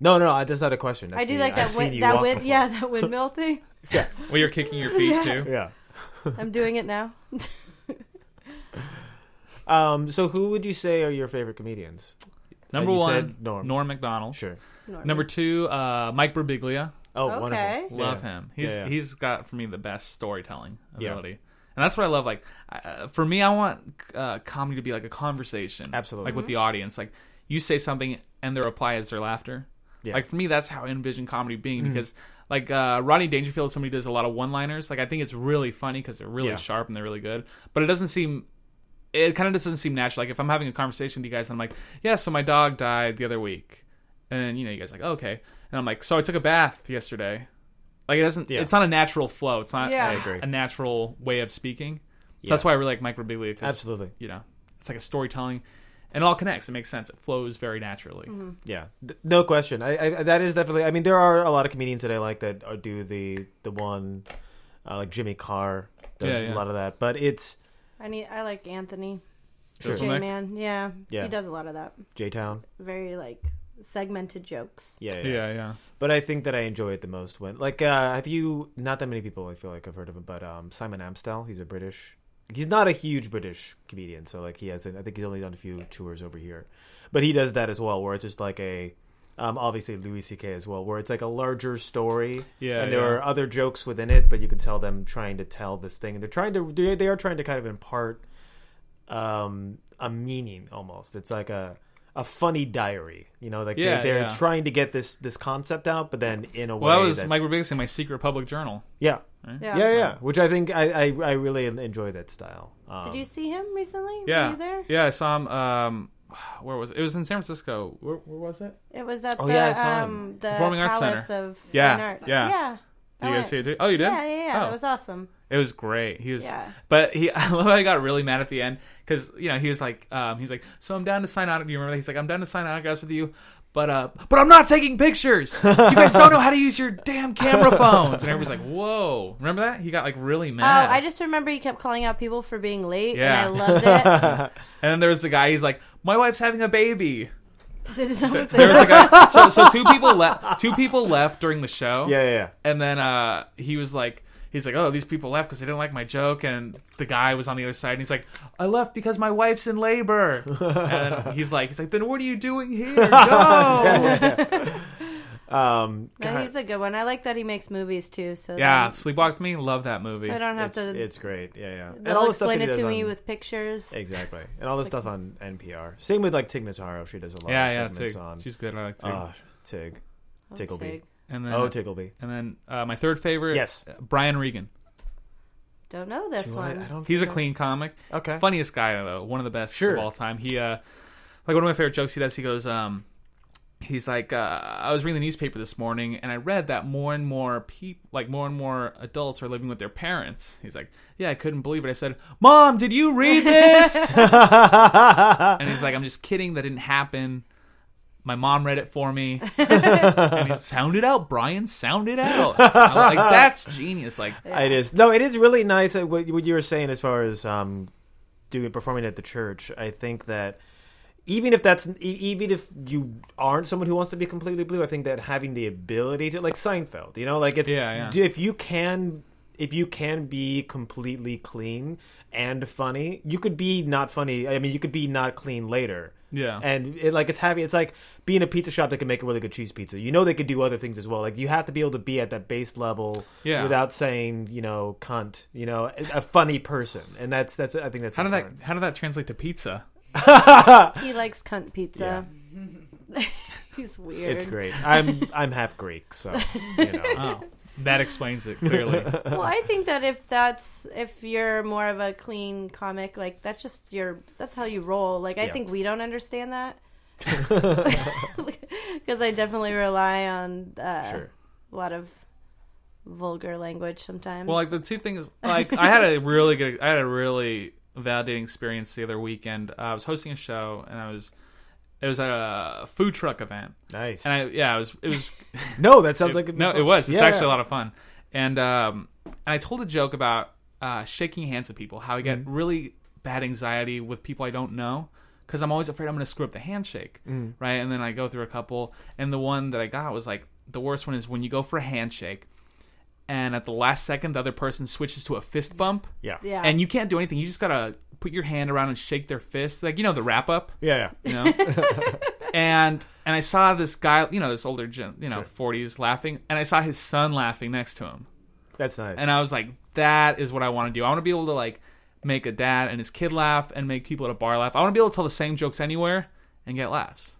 S2: No, no, I- that's not a question.
S3: I do
S2: That's
S3: like
S2: the-
S3: that.
S2: I've seen
S3: Win-
S2: you
S3: that
S2: walk
S3: win-
S2: before.
S3: yeah, that windmill thing.
S4: Well, you're kicking your feet
S3: Yeah.
S4: too.
S2: Yeah.
S3: I'm doing it now.
S2: Um. So, who would you say are your favorite comedians?
S4: Number
S2: You
S4: one,
S2: said Norm.
S4: McDonald.
S2: Sure.
S3: Norman.
S4: Number two, uh, Mike Birbiglia.
S2: Oh,
S3: Okay.
S2: wonderful.
S4: Love
S2: Yeah.
S4: him. He's
S2: Yeah, yeah.
S4: he's got for me the best storytelling
S2: Yeah.
S4: ability. And that's what I love. Like, uh, for me, I want uh, comedy to be like a conversation,
S2: Absolutely.
S4: like with the audience. Like, you say something, and their reply is their laughter.
S2: Yeah.
S4: Like for me, that's how I envision comedy being. Because like uh, Rodney Dangerfield, somebody who does a lot of one-liners. Like I think it's really funny because they're really
S2: Yeah.
S4: sharp and they're really good. But it doesn't seem it kind of just doesn't seem natural. Like if I'm having a conversation with you guys, and I'm like, yeah, so my dog died the other week, and you know, you guys are like, "Oh, okay, and I'm like, so I took a bath yesterday. Like it doesn't.
S2: Yeah.
S4: It's not a natural flow. It's not
S3: Yeah. I
S4: like,
S2: agree.
S4: a natural way of speaking. So that's why I really like Mike Birbiglia. 'cause,
S2: Absolutely.
S4: You know, it's like a storytelling, and it all connects. It makes sense. It flows very naturally.
S3: Mm-hmm.
S2: Yeah, Th- no question. I, I that is definitely. I mean, there are a lot of comedians that I like that are, do the the one uh, like Jimmy Carr does
S4: Yeah,
S2: a
S4: yeah.
S2: lot of that, but it's
S3: I need. I like Anthony.
S2: Sure.
S3: J man. Yeah.
S2: Yeah.
S3: He does a lot of that.
S2: J Town.
S3: Very like segmented jokes.
S2: Yeah, yeah,
S4: Yeah, yeah. yeah.
S2: But I think that I enjoy it the most when like uh, have you? Not that many people I feel like I've heard of him, but um, Simon Amstel. He's a British. He's not a huge British comedian, so like he hasn't. I think he's only done a few tours over here, but he does that as well, where it's just like a. Um, obviously Louis C.K. as well, where it's like a larger story,
S4: Yeah,
S2: and there
S4: yeah.
S2: are other jokes within it, but you can tell them trying to tell this thing, and they're trying to they they are trying to kind of impart um, a meaning almost. It's like a a funny diary, you know, like they're,
S4: Yeah,
S2: they're
S4: yeah.
S2: trying to get this this concept out, but then in a
S4: Well,
S2: way
S4: that was
S2: that's-
S4: Mike Birbiglia in my secret public journal.
S2: yeah.
S3: Yeah.
S2: yeah, yeah, Which I think I, I, I really enjoy that style. Um,
S3: Did you see him recently? Were
S4: Yeah,
S3: you there?
S4: yeah. I saw him. Um, where was it? It was in San Francisco. Where, where was it?
S3: It was at
S2: Oh,
S3: the
S2: yeah, I saw
S3: um
S2: him.
S3: the
S4: Performing Arts
S3: Palace
S4: Center.
S3: of
S4: Yeah,
S3: Fine Arts.
S4: yeah.
S3: yeah.
S4: Did you
S3: I
S4: guys see
S3: went-
S4: it too? Oh, you did.
S3: Yeah, yeah, yeah.
S4: Oh.
S3: That was awesome.
S4: It was great. He was,
S3: Yeah.
S4: but he, I love how he got really mad at the end because you know he was like, um, he's like, so I'm down to sign out. Do you remember? that? He's like, I'm down to sign autographs with you, but uh, but I'm not taking pictures. You guys don't know how to use your damn camera phones. And everybody's like, whoa, remember that? He got like really mad.
S3: Oh, I just remember he kept calling out people for being late,
S4: Yeah.
S3: and I loved it.
S4: and then there was the guy. He's like, my wife's having a baby.
S3: Did someone say
S4: There was a guy. so so two people left. Two people left during the show.
S2: yeah, yeah, yeah.
S4: And then uh, he was like, he's like, oh, these people left because they didn't like my joke. And the guy was on the other side, and he's like, I left because my wife's in labor. and he's like, he's like, then what are you doing here? No.
S2: Um,
S3: that? No, he's a good one. I like that he makes movies too. So
S4: yeah,
S3: that-
S4: Sleepwalk with Me. Love that movie.
S3: so I don't have
S2: it's,
S3: to.
S2: it's great. Yeah, yeah.
S3: they'll explain
S2: that
S3: it
S2: he
S3: to
S2: does
S3: me
S2: on-
S3: with pictures.
S2: exactly, and all the stuff on NPR. Same with like Tig Notaro. She does a lot.
S4: yeah,
S2: of
S4: yeah,
S2: segments
S4: Tig.
S2: on.
S4: She's good. I like Tig.
S2: Ah, Tig. Tickleby.
S3: Oh, Tig.
S4: and then,
S2: Oh, Tickleby.
S4: and then uh, my third favorite,
S2: Yes.
S4: Brian Regan.
S3: Don't know this
S2: Do I,
S3: one.
S2: I don't
S4: He's a
S2: think
S4: clean comic.
S2: Okay.
S4: Funniest guy though, one of the best
S2: Sure.
S4: of all time. He uh like one of my favorite jokes he does, he goes, um he's like, uh, I was reading the newspaper this morning and I read that more and more people like more and more adults are living with their parents. He's like, Yeah, I couldn't believe it. I said, Mom, did you read this? and he's like, I'm just kidding, that didn't happen. My mom read it for me. and he sounded out, Brian, sound it out. I'm like, that's genius. Like
S2: It is no, it is really nice. uh, What, what you were saying as far as um, doing performing at the church, I think that even if that's e- even if you aren't someone who wants to be completely blue, I think that having the ability to like Seinfeld, you know, like it's
S4: Yeah,
S2: if you can if you can be completely clean and funny, you could be not funny. I mean, you could be not clean later.
S4: Yeah.
S2: and it, like it's having it's like being a pizza shop that can make a really good cheese pizza. You know, they could do other things as well. Like you have to be able to be at that base level
S4: Yeah.
S2: without saying you know cunt you know a funny person and that's that's i think that's
S4: how did that
S2: important.
S4: how did that translate to pizza?
S3: He likes cunt pizza. He's weird.
S2: it's great i'm i'm half greek so you know
S4: Oh, that explains it clearly.
S3: Well, I think that if that's if you're more of a clean comic, like that's just your that's how you roll. Like I
S2: Yeah.
S3: think we don't understand that because I definitely rely on uh,
S2: sure
S3: a lot of vulgar language sometimes.
S4: well, like the two things, like I had a really good, I had a really validating experience the other weekend. Uh, I was hosting a show, and I was, it was at a food truck event,
S2: nice
S4: and I yeah, it was it was
S2: no that sounds like it'd be
S4: no,
S2: fun.
S4: it was. It's
S2: Yeah.
S4: actually a lot of fun. And um, and I told a joke about uh, shaking hands with people. How I get
S2: Mm-hmm.
S4: really bad anxiety with people I don't know because I'm always afraid I'm going to screw up the handshake,
S2: Mm.
S4: right? And then I go through a couple, and the one that I got was like the worst one is when you go for a handshake, and at the last second the other person switches to a fist bump.
S2: yeah yeah
S3: yeah,
S4: And you can't do anything. You just gotta put your hand around and shake their fist, like you know the wrap up
S2: yeah
S4: you know. and and I saw this guy, you know, this older gen, you know, forties laughing, and I saw his son laughing next to him,
S2: that's nice
S4: and I was like, that is what I want to do. I want to be able to like make a dad and his kid laugh, and make people at a bar laugh. I want to be able to tell the same jokes anywhere and get laughs.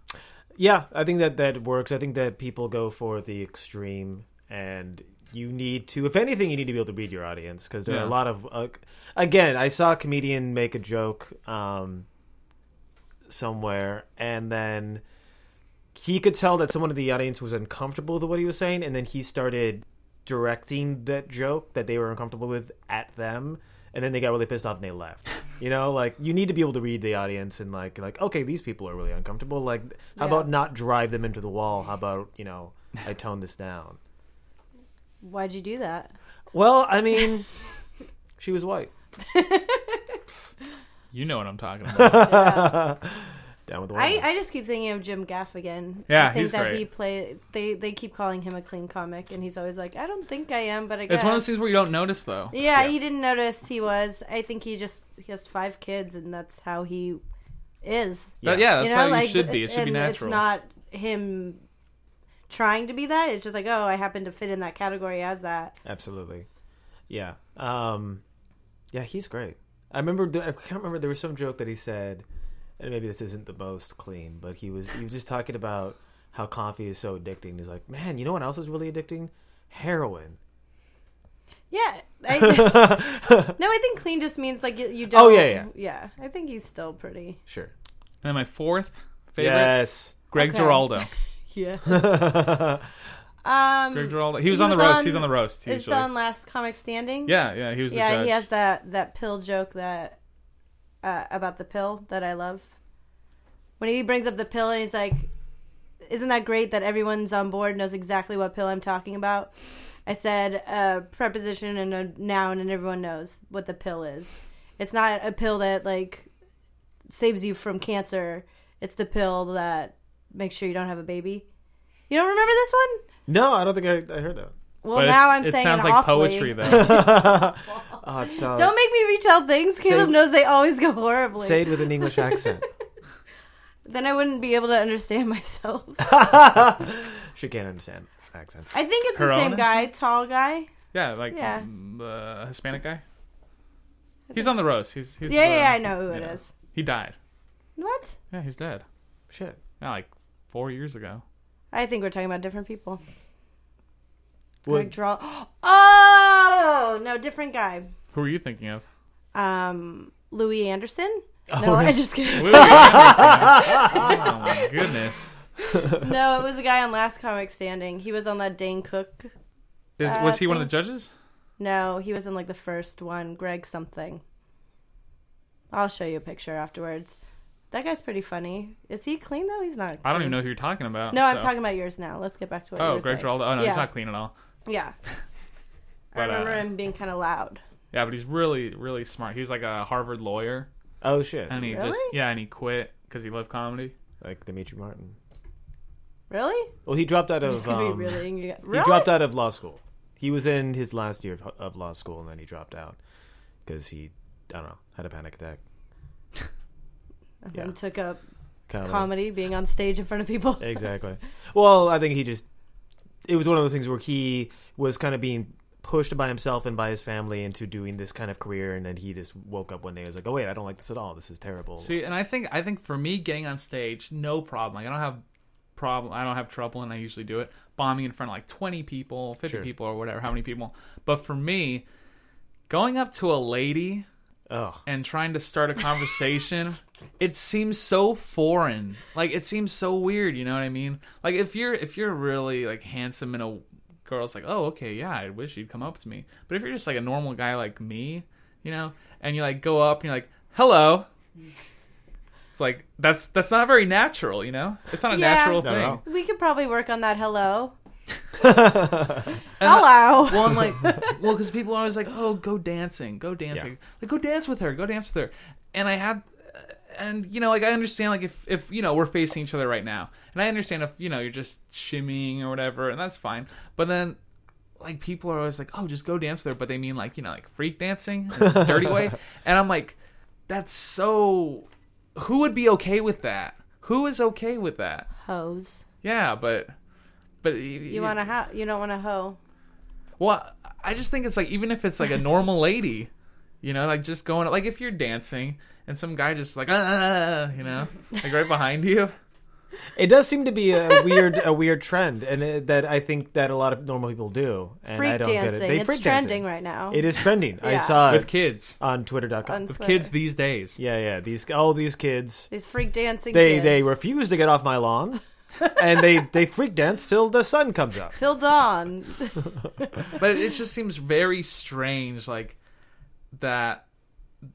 S2: yeah i think that that works i think that people go for the extreme and you need to if anything you need to be able to read your audience because there are
S4: Yeah.
S2: a lot of uh, again i saw a comedian make a joke um somewhere and then he could tell that someone in the audience was uncomfortable with what he was saying and then he started directing that joke that they were uncomfortable with at them and then they got really pissed off and they left you know like you need to be able to read the audience and like like okay these people are really uncomfortable like how
S3: Yeah.
S2: about not drive them into the wall how about you know i tone this down
S3: why'd you do that?
S2: well i mean she was white
S4: You know what I'm talking about.
S2: down with the
S3: I,
S2: white
S3: I just keep thinking of Jim Gaffigan.
S4: Yeah,
S3: I think
S4: he's
S3: that
S4: great.
S3: he play. They they keep calling him a clean comic, and he's always like, I don't think I am, but I guess.
S4: it's one of those things where you don't notice though.
S3: Yeah, he didn't notice he was. I think he just he has five kids, and that's how he is.
S4: But yeah, that's
S3: you know,
S4: how
S3: like
S4: you should be. It should be
S3: and
S4: natural.
S3: It's not him trying to be that. It's just like, oh, I happen to fit in that category as that.
S2: Absolutely. Yeah. Um yeah, he's great. I remember th- I can't remember there was some joke that he said and maybe this isn't the most clean, but he was he was just talking about how coffee is so addicting. He's like, "Man, you know what else is really addicting? Heroin."
S3: Yeah. I, no, I think clean just means like you, you don't.
S2: Oh, yeah, yeah.
S3: yeah. I think he's still pretty.
S2: Sure.
S4: And then my fourth favorite,
S2: Yes.
S4: Greg
S3: Okay.
S4: Giraldo.
S3: Yeah.
S4: Greg
S3: um,
S4: Giraldo. He was
S3: He
S4: on the
S3: was
S4: roast.
S3: on-
S4: He's on the roast
S3: it's
S4: usually.
S3: on Last Comic Standing.
S4: yeah, yeah. He was. the
S3: Yeah,
S4: judge.
S3: he has that that pill joke that uh, about the pill that I love. When he brings up the pill and he's like, "Isn't that great that everyone's on board knows exactly what pill I'm talking about?" I said a preposition and a noun, and everyone knows what the pill is. It's not a pill that like saves you from cancer. It's the pill that makes sure you don't have a baby. You don't remember this one?
S2: No, I don't think I, I heard that.
S3: Well,
S4: But
S3: now
S4: it's-
S3: I'm
S4: it
S3: saying
S4: sounds
S3: it
S4: like
S3: awfully.
S4: poetry though.
S2: Oh, it sounds
S3: Don't make me retell things. Caleb knows they always go horribly.
S2: say it with an English accent.
S3: Then I wouldn't be able to understand myself.
S2: she can't understand accents.
S3: I think it's
S4: Her
S3: the
S4: own?
S3: same guy, tall guy.
S4: Yeah, like
S3: Yeah.
S4: um, the Hispanic guy. He's on the roast. He's, he's
S3: Yeah,
S4: the-
S3: yeah, I know who it
S4: yeah.
S3: is.
S4: He died.
S3: What?
S4: Yeah, he's dead.
S2: Shit.
S4: Yeah, like four years ago.
S3: I think we're talking about different people.
S2: Well,
S3: Greg Giraldo. Oh no, different guy.
S4: Who are you thinking of?
S3: Um, Louis Anderson. no, I'm just kidding.
S4: Louis Anderson. oh my goodness.
S3: No, it was a guy on Last Comic Standing. He was on that Dane Cook.
S4: Is,
S3: Uh,
S4: was he one of the
S3: thank-
S4: judges?
S3: No, he was in like the first one, Greg something. I'll show you a picture afterwards. That guy's pretty funny. Is he clean though? He's not.
S4: I don't
S3: clean.
S4: even know who you're talking about.
S3: No, I'm
S4: so-
S3: talking about yours now. Let's get back to what you
S4: Oh,
S3: were
S4: Greg
S3: saying.
S4: Giraldo. Oh no,
S3: yeah.
S4: he's not clean at all.
S3: Yeah. I
S4: But, uh,
S3: remember him being kind of loud.
S4: Yeah, but he's really, really smart. He was like a Harvard lawyer,
S2: Oh shit!
S4: and he just
S3: Really?
S4: yeah, and he quit because he loved comedy.
S2: Like Dimitri Martin.
S3: Really?
S2: Well, he dropped out
S3: I'm
S2: of.
S3: just gonna
S2: um,
S3: be really. Really?
S2: He dropped out of law school. He was in his last year of, of law school, and then he dropped out because he, I don't know, had a panic attack.
S3: And
S2: yeah.
S3: then took up
S2: Kind
S3: comedy, being on stage in front of people.
S2: Exactly. Well, I think he just it was one of those things where he was kind of being pushed by himself and by his family into doing this kind of career and then he just woke up one day and was like, "Oh wait, I don't like this at all. This is terrible."
S4: See, and I think I think for me getting on stage, no problem. Like I don't have problem. I don't have trouble, and I usually do it. Bombing in front of like twenty people, fifty
S2: Sure.
S4: people, or whatever, how many people. But for me, going up to a lady
S2: Ugh.
S4: and trying to start a conversation, it seems so foreign. Like it seems so weird. You know what I mean? Like if you're if you're really like handsome and a girl's like, oh okay, yeah, I wish you'd come up to me. But if you're just like a normal guy like me, you know, and you like go up and you're like, hello. It's like that's that's not very natural, you know. It's not a
S3: Yeah.
S4: natural
S2: No,
S4: thing.
S2: no.
S3: We could probably work on that. Hello. Hello.
S4: Well, I'm like, well, because people are always like, oh, go dancing, go dancing, like go dance with her, go dance with her, and I had, and you know, like I understand, like if if you know we're facing each other right now, and I understand if you know you're just shimmying or whatever, and that's fine, but then. Like people are always like, oh, just go dance with her, but they mean like you know, like freak dancing, in a dirty way, and I'm like, that's so. Who would be okay with that? Who is okay with that?
S3: Hose.
S4: Yeah, but but
S3: You want to ho You don't want to hoe.
S4: well, I just think it's like even if it's like a normal lady, you know, like just going like if you're dancing and some guy just like ah, you know, like right behind you.
S2: It does seem to be a weird a weird trend and it, that I think that a lot of normal people do and I
S3: Freak
S2: don't
S3: dancing.
S2: get it. They
S3: it's
S2: freak
S3: trending
S2: dancing.
S3: right now.
S2: It is trending. I
S3: Yeah.
S2: saw
S4: With
S2: it
S4: kids,
S2: on twitter.com.
S3: On
S4: with
S3: Twitter.
S4: kids these days.
S2: yeah, yeah, these all these kids
S3: These freak dancing.
S2: they
S3: kids.
S2: they refuse to get off my lawn and they they freak dance till the sun comes up.
S3: till dawn.
S4: But it just seems very strange, like that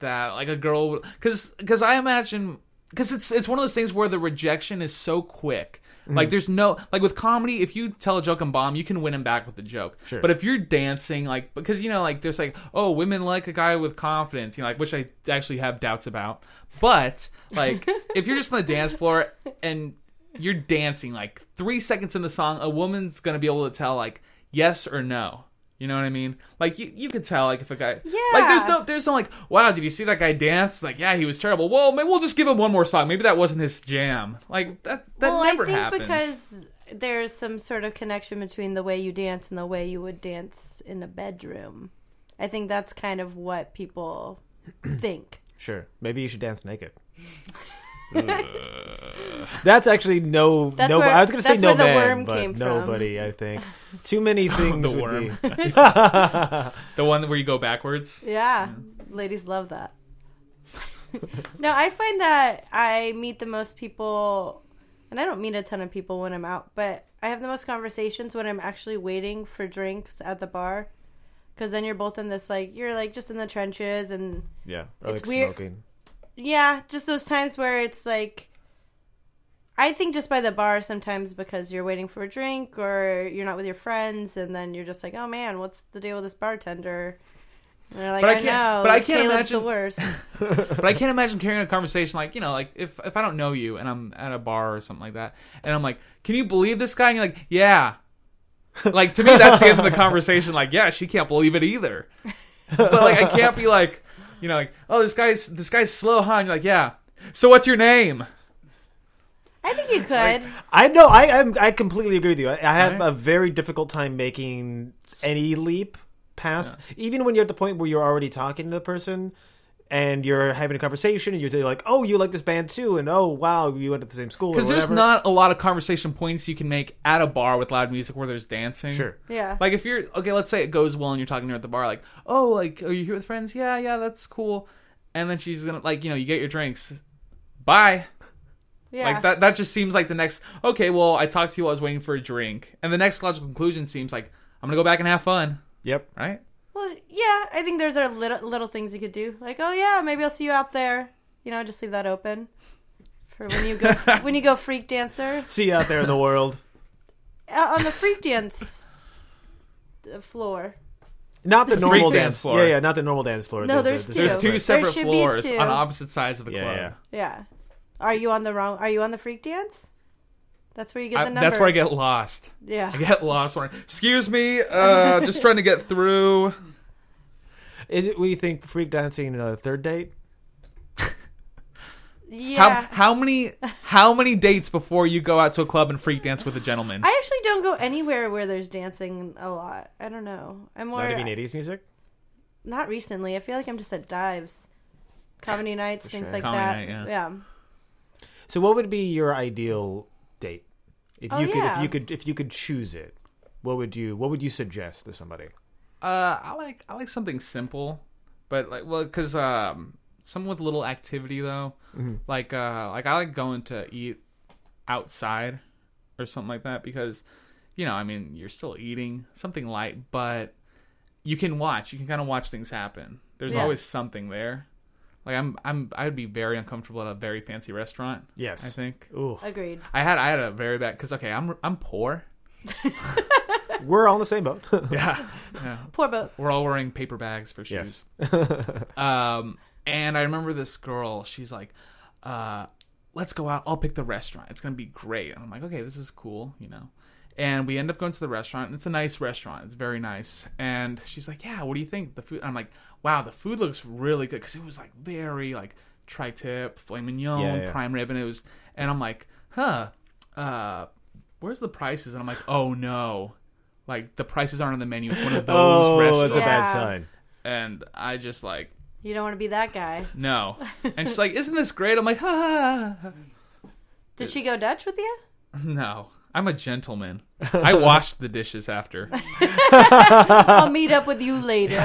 S4: that like a girl because because I imagine because it's it's one of those things where the rejection is so quick. Like there's no like with comedy, if you tell a joke and bomb, you can win him back with a joke.
S2: Sure.
S4: But if you're dancing, like because you know, like there's like oh, women like a guy with confidence, you know, like which I actually have doubts about. But like if you're just on the dance floor and you're dancing, like three seconds in the song, a woman's gonna be able to tell like yes or no. You know what I mean? Like you, you could tell like if a guy
S3: Yeah.
S4: like there's no there's no like, wow, did you see that guy dance? It's like, yeah, he was terrible. Well, maybe we'll just give him one more song. Maybe that wasn't his jam. Like that that
S3: well,
S4: never
S3: I think
S4: happens.
S3: because there's some sort of connection between the way you dance and the way you would dance in a bedroom. I think that's kind of what people think.
S2: Sure. Maybe you should dance naked. that's actually no
S3: That's
S2: no
S3: where-
S2: I was going to say
S3: that's
S2: no
S3: where the
S2: man,
S3: worm
S2: but
S3: came from.
S2: nobody, I think. Too many things
S4: The
S2: would
S4: worm.
S2: be-
S4: the one where you go backwards.
S3: Yeah, ladies love that. no, I find that I meet the most people, and I don't meet a ton of people when I'm out, but I have the most conversations when I'm actually waiting for drinks at the bar. Because then you're both in this, like, you're like just in the trenches and
S2: Yeah. Or
S3: It's
S2: like
S3: weird.
S2: smoking.
S3: Yeah, just those times where it's like I think just by the bar sometimes because you're waiting for a drink or you're not with your friends and then you're just like, "Oh man, what's the deal with this bartender?" And they're like,
S4: But I
S3: "I,
S4: can't-
S3: know,
S4: but I can't
S3: Caleb's
S4: imagine-
S3: the worst."
S4: But I can't imagine carrying a conversation like, you know, like if if I don't know you and I'm at a bar or something like that, and I'm like, Can you believe this guy? And you're like, Yeah. Like to me that's the end of the conversation, like, yeah, she can't believe it either. But like I can't be like, you know, like, oh this guy's this guy's slow, huh? And you're like, Yeah. So what's your name?
S3: I think you could.
S2: I know I I'm, I completely agree with you. I, I have
S4: Right.
S2: a very difficult time making any leap past even when you're at the point where you're already talking to the person and you're having a conversation and you're like, oh, you like this band too, and oh, wow, you went to the same school.
S4: Because
S2: Because
S4: there's not a lot of conversation points you can make at a bar with loud music where there's dancing.
S2: Sure.
S3: Yeah.
S4: Like if you're okay, let's say it goes well and you're talking to her at the bar, like, oh, like are you here with friends? Yeah, yeah, that's cool. And then she's gonna like, you know, you get your drinks. Bye.
S3: yeah.
S4: Like that that just seems like the next okay, well, I talked to you while I was waiting for a drink. And the next logical conclusion seems like I'm gonna go back and have fun.
S2: Yep.
S4: Right?
S3: Well, yeah, I think there's are little little things you could do. Like, oh yeah, maybe I'll see you out there. You know, just leave that open for when you go when you go freak dancer
S2: See you out there in the world.
S3: uh, on the freak dance uh, floor.
S2: Not the normal
S4: dance
S2: dance,
S4: floor.
S2: Yeah, yeah, not the normal dance floor.
S3: No,
S2: The- the-
S3: there's
S2: the
S3: two.
S4: There's
S3: Yeah.
S4: two
S3: There
S4: separate
S3: should be
S4: floors
S3: two.
S4: on opposite sides of the
S2: Yeah,
S4: club.
S2: yeah.
S3: Yeah. Are you on the wrong? Are you on the freak dance? That's where you get
S4: I-
S3: the numbers.
S4: that's where I get lost.
S3: Yeah.
S4: I get lost. When I- Excuse me, uh, just trying to get through.
S2: Is it? What do you think? Freak dancing in a third date?
S3: yeah.
S4: How how many how many dates before you go out to a club and freak dance with a gentleman?
S3: I actually don't go anywhere where there's dancing a lot. I don't know. I'm more
S2: Not even '80s music.
S3: not recently. I feel like I'm just at dives, comedy nights, things like
S4: Comedy
S3: that.
S4: night, yeah.
S3: yeah.
S2: So, what would be your ideal date? If
S3: Oh,
S2: you could,
S3: yeah.
S2: if you could, if you could choose it, what would you? What would you suggest to somebody?
S4: Uh, I like I like something simple, but like well, cause um, something with little activity though. Like uh, like I like going to eat outside or something like that because, you know, I mean, you're still eating something light, but you can watch. You can kind of watch things happen. There's
S3: Yeah.
S4: always something there. Like I'm I'm I would be very uncomfortable at a very fancy restaurant.
S2: Yes.
S4: I think.
S2: Ooh,
S3: Agreed.
S4: I had I had a very bad because okay I'm I'm poor
S2: we're all on the same boat.
S4: yeah
S3: Poor boat.
S4: we're all wearing paper bags for shoes
S2: Yes.
S4: um and I remember this girl she's like uh let's go out I'll pick the restaurant it's gonna be great and I'm like okay this is cool you know and we end up going to the restaurant and it's a nice restaurant it's very nice and she's like yeah what do you think the food I'm like wow the food looks really good because it was like very like tri-tip filet mignon
S2: Yeah, yeah.
S4: prime rib and it was and I'm like huh uh where's the prices and I'm like oh no like the prices aren't on the menu it's one of those
S2: oh, that's
S4: restaurants
S2: a bad
S3: Yeah.
S2: sign.
S4: and I just like
S3: You don't want to be that guy.
S4: no. And she's like, Isn't this great? I'm like, ha, ha, ha.
S3: Did she go Dutch with you?
S4: No, I'm a gentleman. I washed the dishes after.
S3: I'll meet up with you later.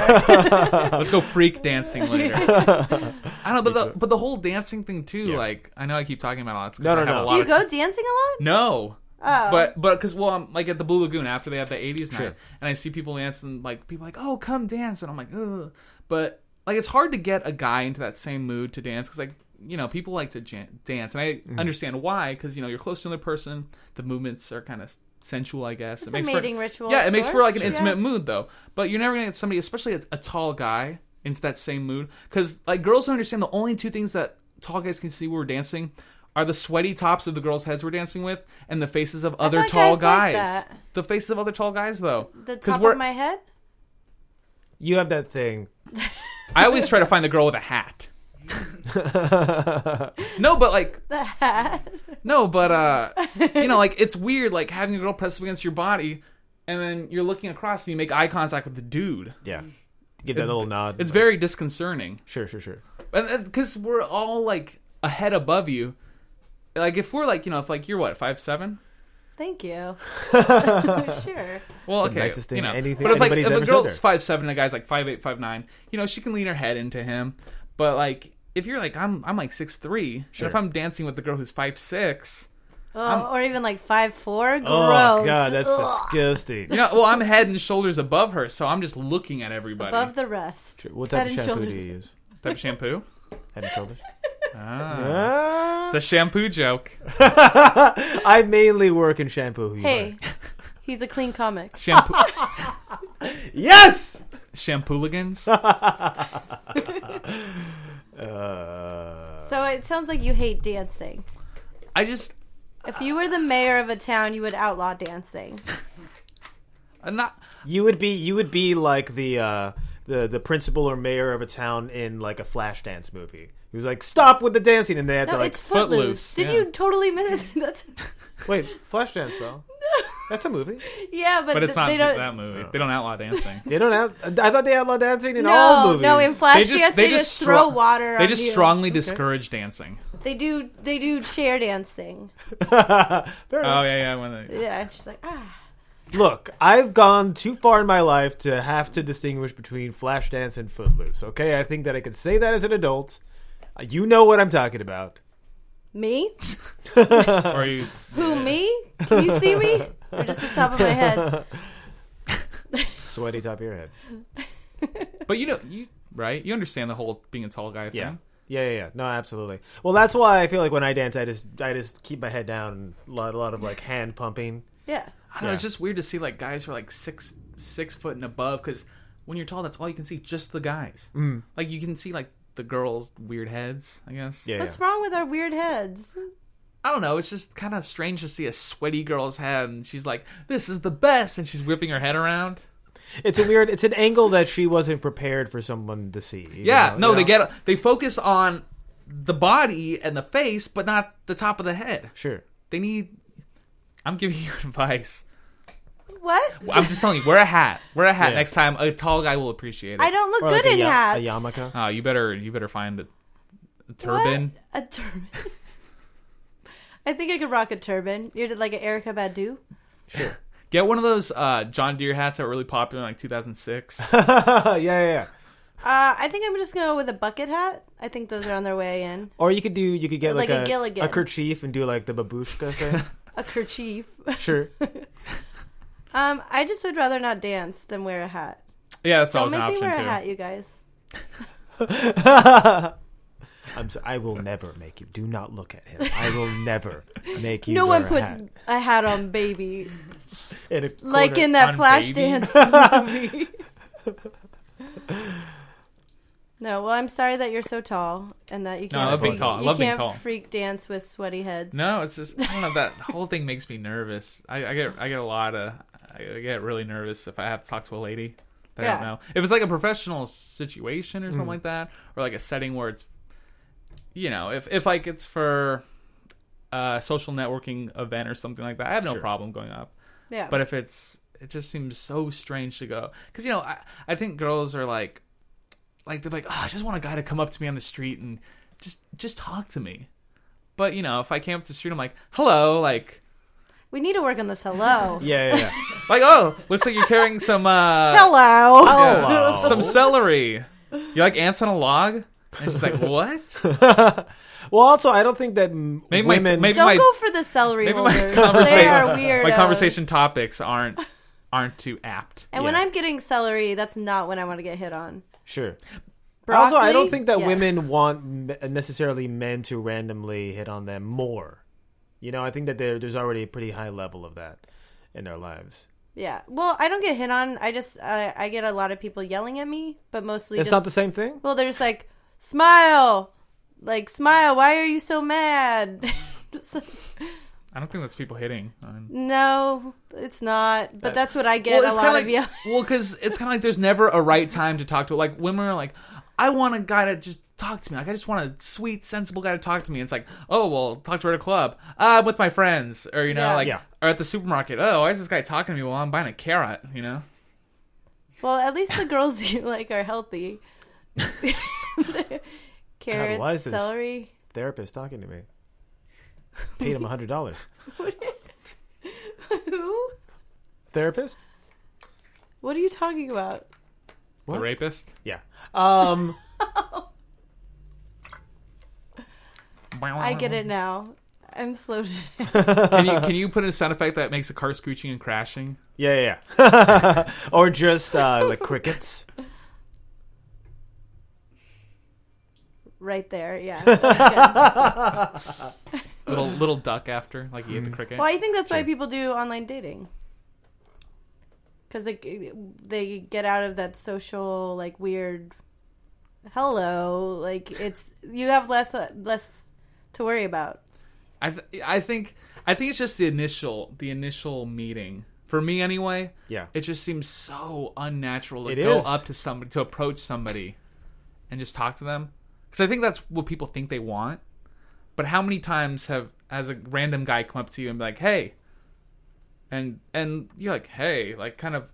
S4: Let's go freak dancing later. I don't know, but the, but the whole dancing thing too,
S2: Yeah.
S4: like, I know I keep talking about it. It's 'cause
S2: No,
S4: I
S2: no,
S4: have
S2: no.
S4: A
S2: Do
S4: lot
S3: Do you
S4: of
S3: go dancing a lot?
S4: No.
S3: Oh.
S4: But but because well I'm like at the Blue Lagoon after they have the '80s night,
S2: Sure.
S4: and I see people dancing like people are like oh come dance, and I'm like ugh. But like it's hard to get a guy into that same mood to dance because like you know people like to jan- dance, and I understand why because you know you're close to another person, the movements are kind of sensual, I guess. It's
S3: a mating ritual
S4: Yeah, it
S3: of
S4: makes for like an
S3: sorts, yeah.
S4: intimate mood though. But you're never gonna get somebody, especially a, a tall guy, into that same mood because like girls don't understand the only two things that tall guys can see when we're dancing are the sweaty tops of the girls' heads we're dancing with and the faces of other
S3: thought
S4: tall guys.
S3: guys liked
S4: The faces of other tall guys though,
S3: the
S4: because
S3: top
S4: we're.
S3: of my head?
S2: You have that thing.
S4: I always try to find the girl with a hat. no, but like
S3: The hat.
S4: No, but uh you know, like it's weird like having a girl press up against your body and then you're looking across and you make eye contact with the dude.
S2: Yeah, give that
S4: It's-
S2: little nod.
S4: It's very disconcerting.
S2: sure, sure, sure.
S4: And cuz we're all like a head above you. Like if we're like, you know, if like you're what, 5'7?
S3: Thank you. sure.
S4: Well,
S2: It's the
S4: okay,
S2: nicest thing
S4: you know.
S2: anything-
S4: but if like
S2: anybody's
S4: if a
S2: ever said
S4: girl's
S2: there.
S4: five seven, a guy's like five eight, five nine, you know, she can lean her head into him. But like if you're like I'm, I'm like six three.
S2: Sure.
S4: And if I'm dancing with the girl who's five six,
S3: Oh, or even like five four. Gross.
S2: Oh god, that's
S3: Ugh.
S2: disgusting.
S4: you know, well, I'm head and shoulders above her, so I'm just looking at everybody.
S3: above the rest.
S2: What
S3: Head
S2: type of
S3: and
S2: shampoo do
S3: shoulders.
S2: you use?
S4: type of shampoo.
S2: Head and shoulders.
S4: Ah.
S2: Ah.
S4: It's a shampoo joke.
S2: I mainly work in shampoo. humor.
S3: Hey, he's a clean comic.
S4: Shampoo
S2: Yes.
S4: shampooligans.
S2: Uh,
S3: So it sounds like you hate dancing.
S4: I just
S3: If you were the mayor of a town, you would outlaw dancing.
S4: I'm not
S2: you would be you would be like the uh, the the principal or mayor of a town in like a Flashdance movie. He was like, "Stop with the dancing," and they had
S3: No,
S2: to like,
S3: it's Footloose.
S4: Footloose,
S3: Did
S4: yeah.
S3: you totally miss? That's
S2: "Wait, Flashdance though." That's a movie.
S3: Yeah, but,
S4: But it's
S3: th-
S4: not
S3: they don't.
S4: that movie. They don't outlaw dancing.
S2: They don't have. I thought they outlawed dancing in
S3: no,
S2: all movies.
S3: no. In Flashdance,
S4: They
S3: they
S4: just
S3: just,
S4: they just
S3: throw
S4: stro-
S3: water.
S4: They
S3: on
S4: just
S3: you.
S4: strongly discourage dancing.
S3: They do. They do chair dancing.
S2: Fair enough.
S4: Oh yeah, yeah. When they,
S3: Yeah, and she's like, ah,
S2: Look, I've gone too far in my life to have to distinguish between Flashdance and Footloose. Okay, I think that I can say that as an adult. Uh, You know what I'm talking about.
S3: me?
S4: or you,
S3: Who me? Can you see me? Or just the top of my head?
S2: Sweaty top of your head.
S4: but you know, you right? You understand the whole being a tall guy thing.
S2: Yeah. Yeah, yeah, yeah. No, absolutely. Well, that's why I feel like when I dance, I just, I just keep my head down. and A lot, a lot of like hand pumping.
S3: Yeah.
S4: I don't know. It's
S2: Yeah.
S4: just weird to see like guys who are like six six foot and above because when you're tall, that's all you can see. Just the guys. Mm. Like you can see like the girls' weird heads. I guess.
S2: Yeah,
S3: What's
S2: yeah.
S3: wrong with our weird heads?
S4: I don't know. It's just kind of strange to see a sweaty girl's head, and she's like, "This is the best," and she's whipping her head around.
S2: It's a weird. It's an angle that she wasn't prepared for someone to see. you know,
S4: Yeah, no,
S2: you
S4: they
S2: know?
S4: get they focus on the body and the face, but not the top of the head.
S2: sure.
S4: They need. I'm giving you advice.
S3: What?
S4: I'm just telling you, wear a hat. Wear a hat
S2: Yeah.
S4: next time. A tall guy will appreciate it.
S3: I don't look
S2: Or
S3: good
S2: like a,
S3: in
S2: ya-
S3: hats.
S2: a yarmulke.
S4: Oh, you better you better find a, a
S3: What?
S4: turban.
S3: A turban. I think I could rock a turban. You're like an Erica Badu.
S4: Get one of those uh, John Deere hats that were really popular in like 2006.
S2: yeah, yeah, yeah.
S3: Uh, I think I'm just gonna go with a bucket hat. I think those are on their way in.
S2: Or you could do. You could get like,
S3: Like a Gilligan.
S2: a kerchief and do like the babushka thing.
S3: A kerchief.
S2: sure.
S3: um, I just would rather not dance than wear a hat.
S4: yeah, that's
S3: Don't
S4: always an
S3: make me wear
S4: option too.
S3: a hat, you guys.
S2: I'm so, I will never make you. Do not look at him. I will never make you.
S3: no
S2: wear
S3: one
S2: a
S3: puts
S2: hat.
S3: a hat on baby
S2: In a corner.
S3: like in that
S4: on
S3: flash
S4: baby?
S3: dance movie. no, well, I'm sorry that you're so tall and that you
S4: No,
S3: can't.
S4: I love being
S3: freak-
S4: tall. I
S3: you
S4: love being
S3: can't
S4: tall.
S3: freak dance with sweaty heads.
S4: No, it's just I don't know. That whole thing makes me nervous. I, I get I get a lot of I get really nervous if I have to talk to a lady. That I don't
S3: Yeah.
S4: know if it's like a professional situation or something like that, or like a setting where it's, you know, if if like it's for a social networking event or something like that, I have no problem going up.
S3: Yeah,
S4: But if it's, it just seems so strange to go because you know I, I think girls are like, like they're like, oh, I just want a guy to come up to me on the street and just just talk to me. But you know, if I came up the street, I'm like, hello, like,
S3: we need to work on this. Hello,
S2: Yeah, yeah, yeah.
S4: like, oh, looks like you're carrying some uh,
S3: hello.
S2: Hello.
S4: some celery. You like ants on a log? And she's like, what?
S2: well, also, I don't think that m-
S4: Maybe my-
S2: women.
S4: maybe-
S3: Don't
S4: my-
S3: go for the celery
S4: Maybe my
S3: holders. they are
S4: conversation,
S3: weirdos.
S4: my conversation topics aren't aren't too apt.
S3: And when
S2: Yeah.
S3: I'm getting celery, that's not when I want to get hit on.
S2: sure. also,
S3: Broccoli?
S2: I don't think that
S3: Yes.
S2: women want me- necessarily men to randomly hit on them more. You know, I think that there- there's already a pretty high level of that in their lives.
S3: Yeah. Well, I don't get hit on. I just I, I get a lot of people yelling at me, but mostly
S2: It's
S3: just,
S2: not the same thing.
S3: Well, they're just like smile, like smile. Why are you so mad? It's like,
S4: I don't think that's people hitting. on
S3: no, it's not. But that's what I get a
S4: kinda
S3: lot of
S4: like,
S3: yelling.
S4: well, 'cause it's kind of like there's never a right time to talk to. Like women are like, I want a guy to just talk to me. Like I just want a sweet, sensible guy to talk to me. It's like, oh well, talk to her at a club. Uh, I'm with my friends, or you know,
S3: Yeah.
S4: like,
S2: Yeah.
S4: or at the supermarket. Oh, why is this guy talking to me while I'm buying a carrot? You know,
S3: Well, at least the girls you like are healthy. Carrots,
S2: why is this-
S3: celery.
S2: Therapist talking to me. Paid him hundred dollars.
S3: Who?
S2: Therapist.
S3: What are you talking about?
S2: What?
S4: the rapist.
S2: Yeah. Um.
S3: I get it now. I'm slow today.
S4: Can you can you put in a sound effect that makes a car screeching and crashing?
S2: Yeah, yeah. yeah. or just uh, like crickets.
S3: Right there, yeah. That's good.
S4: Little little duck after, like you hit the
S2: Mm.
S4: cricket.
S3: Well, I think that's why people do online dating. Because they, they get out of that social, like, weird hello. Like, it's, you have less, uh, less to worry about.
S4: I th- I think I think it's just the initial the initial meeting for me anyway.
S2: Yeah.
S4: It just seems so unnatural to
S2: It
S4: go
S2: is.
S4: up to somebody to approach somebody and just talk to them because I think that's what people think they want. But how many times have has a random guy come up to you and be like, "Hey," and and you're like, hey, like kind of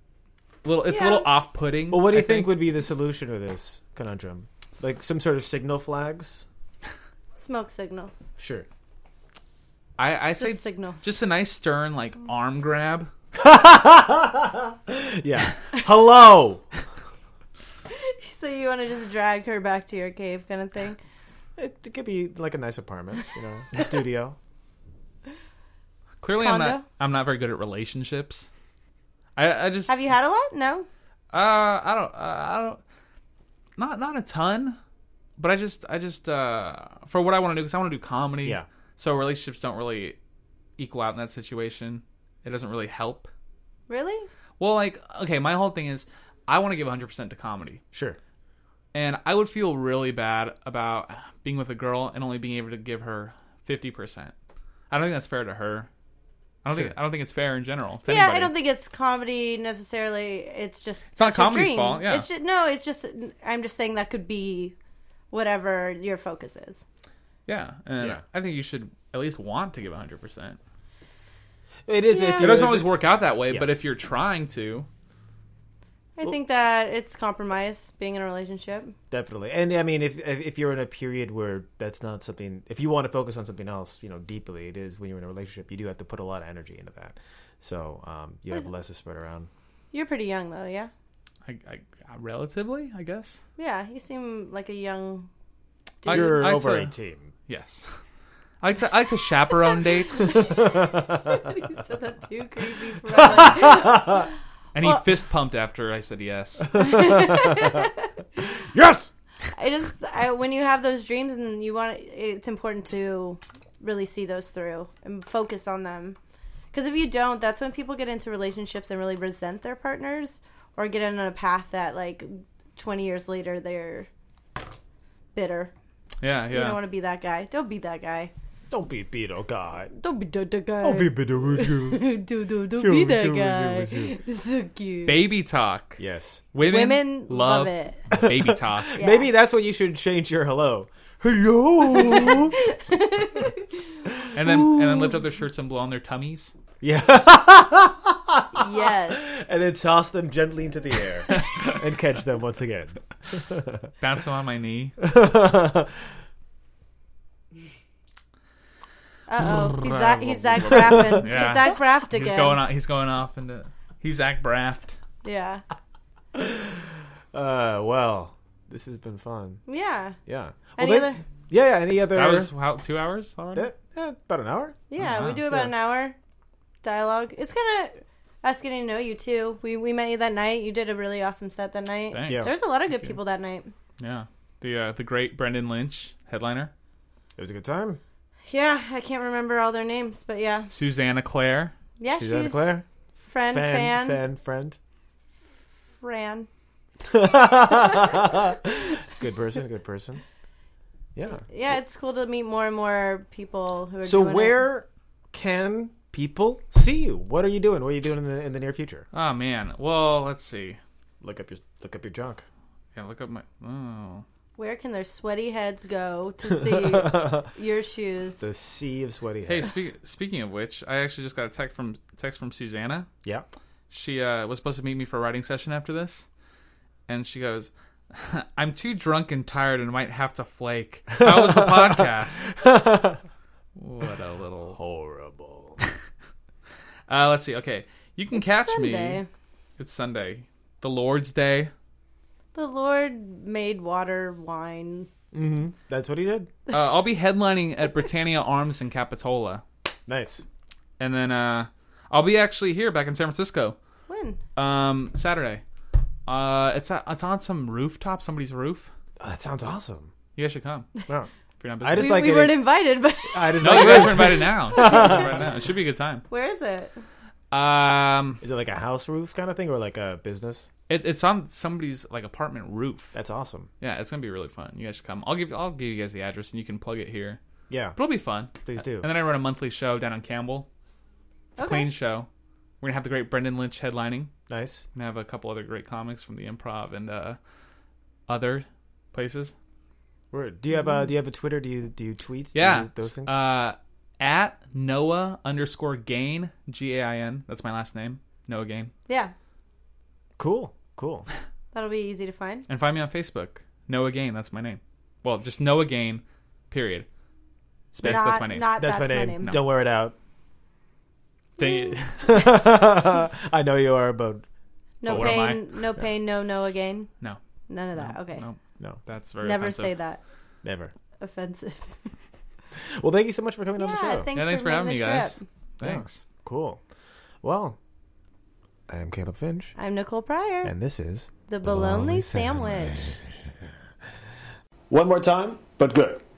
S4: little. It's
S3: Yeah.
S4: a little off-putting.
S2: Well, what do
S4: I
S2: you think, would be the solution to this conundrum? Like some sort of signal flags?
S3: Smoke signals.
S2: Sure.
S4: I, I
S3: Just Mm.
S4: say
S3: signal.
S4: just a nice stern like arm grab.
S2: Yeah. Hello.
S3: So you want to just drag her back to your cave, kind of thing.
S2: It, it could be like a nice apartment, you know, a studio.
S4: Clearly, I'm
S3: Condo?
S4: not I'm not very good at relationships. I I just
S3: Have you had a lot? No.
S4: Uh, I don't. Uh, I don't. Not not a ton, but I just I just uh for what I want to do because I want to do comedy.
S2: Yeah.
S4: So relationships don't really equal out in that situation. It doesn't really help.
S3: Really?
S4: Well, like okay, my whole thing is I want to give 100 percent to comedy,
S2: Sure.
S4: and I would feel really bad about being with a girl and only being able to give her 50 percent. I don't think that's fair to her. I don't think I don't think it's fair in general. To
S3: yeah,
S4: anybody.
S3: I don't think it's comedy necessarily. It's just it's
S4: not
S3: your
S4: comedy's
S3: dream.
S4: fault, yeah.
S3: It's just, no, it's just I'm just saying that could be whatever your focus is.
S4: Yeah, and
S2: Yeah.
S4: I think you should at least want to give 100 percent.
S2: It is.
S3: Yeah.
S2: If
S4: It
S2: you
S4: doesn't always work out that way,
S2: Yeah.
S4: but if you're trying to,
S3: I think that it's compromise being in a relationship.
S2: definitely. And I mean, if, if if you're in a period where that's not something, if you want to focus on something else, you know, deeply, it is when you're in a relationship, you do have to put a lot of energy into that. So um, you have less to spread around.
S3: You're pretty young though, yeah.
S4: I, I, relatively, I guess.
S3: Yeah, you seem like a young.
S4: I-
S2: You're
S4: I'd
S2: over
S4: say-
S2: eighteen.
S4: Yes. I like to, I like to chaperone dates,
S3: you said that too creepy. For my life.
S4: and he fist pumped after I said yes.
S2: Yes.
S3: I just I, when you have those dreams and you want, it's important to really see those through and focus on them. Because if you don't, that's when people get into relationships and really resent their partners or get in a path that like twenty years later they're bitter.
S4: Yeah,
S3: You don't
S4: yeah.
S3: want to be that guy. Don't be that guy.
S2: Don't be
S4: oh
S2: beetle guy.
S3: Don't be that, that guy.
S2: Don't be oh beetle.
S3: do, do, do
S2: Sure,
S3: be that
S2: sure,
S3: guy.
S2: sure,
S3: So cute.
S4: Baby talk.
S2: yes.
S4: Women,
S3: Women love, it.
S4: baby talk.
S3: Yeah.
S2: Maybe that's what you should change your hello. Hello.
S4: And then and then lift up their shirts and blow on their tummies.
S2: yeah.
S3: yes.
S2: And then toss them gently into the air and catch them once again.
S4: Bounce them on my knee.
S3: Uh oh. He's Zach. He's Zach Braff.
S4: Yeah.
S3: He's Zach Braff again.
S4: He's going on. He's going off into. He's Zach Braft.
S3: Yeah.
S2: Uh, well, this has been fun.
S3: Yeah.
S2: Yeah.
S3: Any
S2: well,
S3: other?
S2: then- Yeah, yeah. Any other?
S4: That was how two hours already.
S2: Yeah, yeah, about an hour.
S3: Yeah, we
S4: wow.
S3: do about
S2: Uh-huh, Yeah.
S3: an hour dialogue. It's kind of us getting to know you too. We we met you that night. You did a really awesome set that night.
S4: Thanks.
S2: Yeah.
S3: There was a lot of good people that night.
S4: Yeah. The uh, the great Brendan Lynch headliner.
S2: It was a good time.
S3: Yeah, I can't remember all their names, but yeah,
S4: Susanna Claire.
S3: yeah,
S2: Suzanne
S3: she
S2: Claire,
S3: friend
S2: fan,
S3: fan,
S2: fan, friend.
S3: Fran.
S2: Good person. Good person. Yeah.
S3: Yeah, it's cool to meet more and more people who are.
S2: So
S3: doing it.
S2: where can people see you? What are you doing? What are you doing in the in the near future?
S4: Oh man. Well, let's see.
S2: Look up your look up your junk.
S4: Yeah, look up my. Oh.
S3: where can their sweaty heads go to see your shoes?
S2: The sea of sweaty
S4: Hey,
S2: heads.
S4: speak, speaking of which, I actually just got a text from text from Susanna.
S2: Yeah.
S4: She uh, was supposed to meet me for a writing session after this, and she goes, "I'm too drunk and tired and might have to flake." That was the podcast. what a little.
S2: Horrible.
S4: Uh, let's see. Okay, you can catch
S3: Sunday.
S4: me. It's Sunday, the Lord's Day.
S3: The Lord made water wine.
S2: That's what he did.
S4: Uh, I'll be headlining at Britannia Arms in Capitola,
S2: Nice.
S4: and then uh, I'll be actually here back in San Francisco.
S3: When?
S4: Um, Saturday. Uh, it's at, it's on some rooftop, somebody's roof.
S2: Oh, that sounds awesome.
S4: You guys should come if
S2: Wow.
S4: you're not busy.
S2: I
S3: We,
S2: just like
S3: we
S2: it-
S3: weren't invited, but
S2: I just
S4: no,
S2: like
S4: you guys are invited now. You're invited now. It should be a good time.
S3: where is it?
S4: Um,
S2: Is it like a house roof kind of thing or like a business?
S4: it, it's on somebody's like apartment roof.
S2: That's awesome.
S4: Yeah, it's gonna be really fun. You guys should come. I'll give I'll give you guys the address and you can plug it here.
S2: Yeah.
S4: But it'll be fun.
S2: Please do.
S4: And then I run a monthly show down on Campbell. It's a
S3: Okay.
S4: clean show. We're gonna have the great Brendan Lynch headlining.
S2: Nice.
S4: and have a couple other great comics from the improv and uh, other places.
S2: Word. Do you have a Do you have a Twitter? Do you do you tweet? Do
S4: Yeah.
S2: you- those things.
S4: Uh, at Noah underscore Gain G A I N. That's my last name, Noah Gain.
S3: Yeah,
S2: Cool. Cool.
S3: that'll be easy to find.
S4: And find me on Facebook, Noah Gain. That's my name. Well, just Noah Gain, period. Space.
S3: not,
S4: that's my name.
S3: Not
S2: That's, my name. Don't wear it out.
S4: Thank you.
S2: I know you are, but
S3: No
S4: But what am I?
S3: pain, no pain, no no again.
S4: No.
S3: None of that. okay.
S4: No,
S2: no,
S4: that's very.
S3: Never
S4: offensive.
S3: say that.
S2: never.
S3: Offensive.
S2: Well, thank you so much for coming on the
S3: yeah,
S2: show.
S3: thanks,
S4: Yeah, thanks for
S3: making
S4: having me,
S3: the
S4: guys.
S3: trip.
S4: Thanks.
S2: cool. Well, I'm Caleb Finch,
S3: I'm Nicole Pryor.
S2: and this is
S3: the Bologna
S2: Bologna
S3: sandwich.
S2: one more time, but good.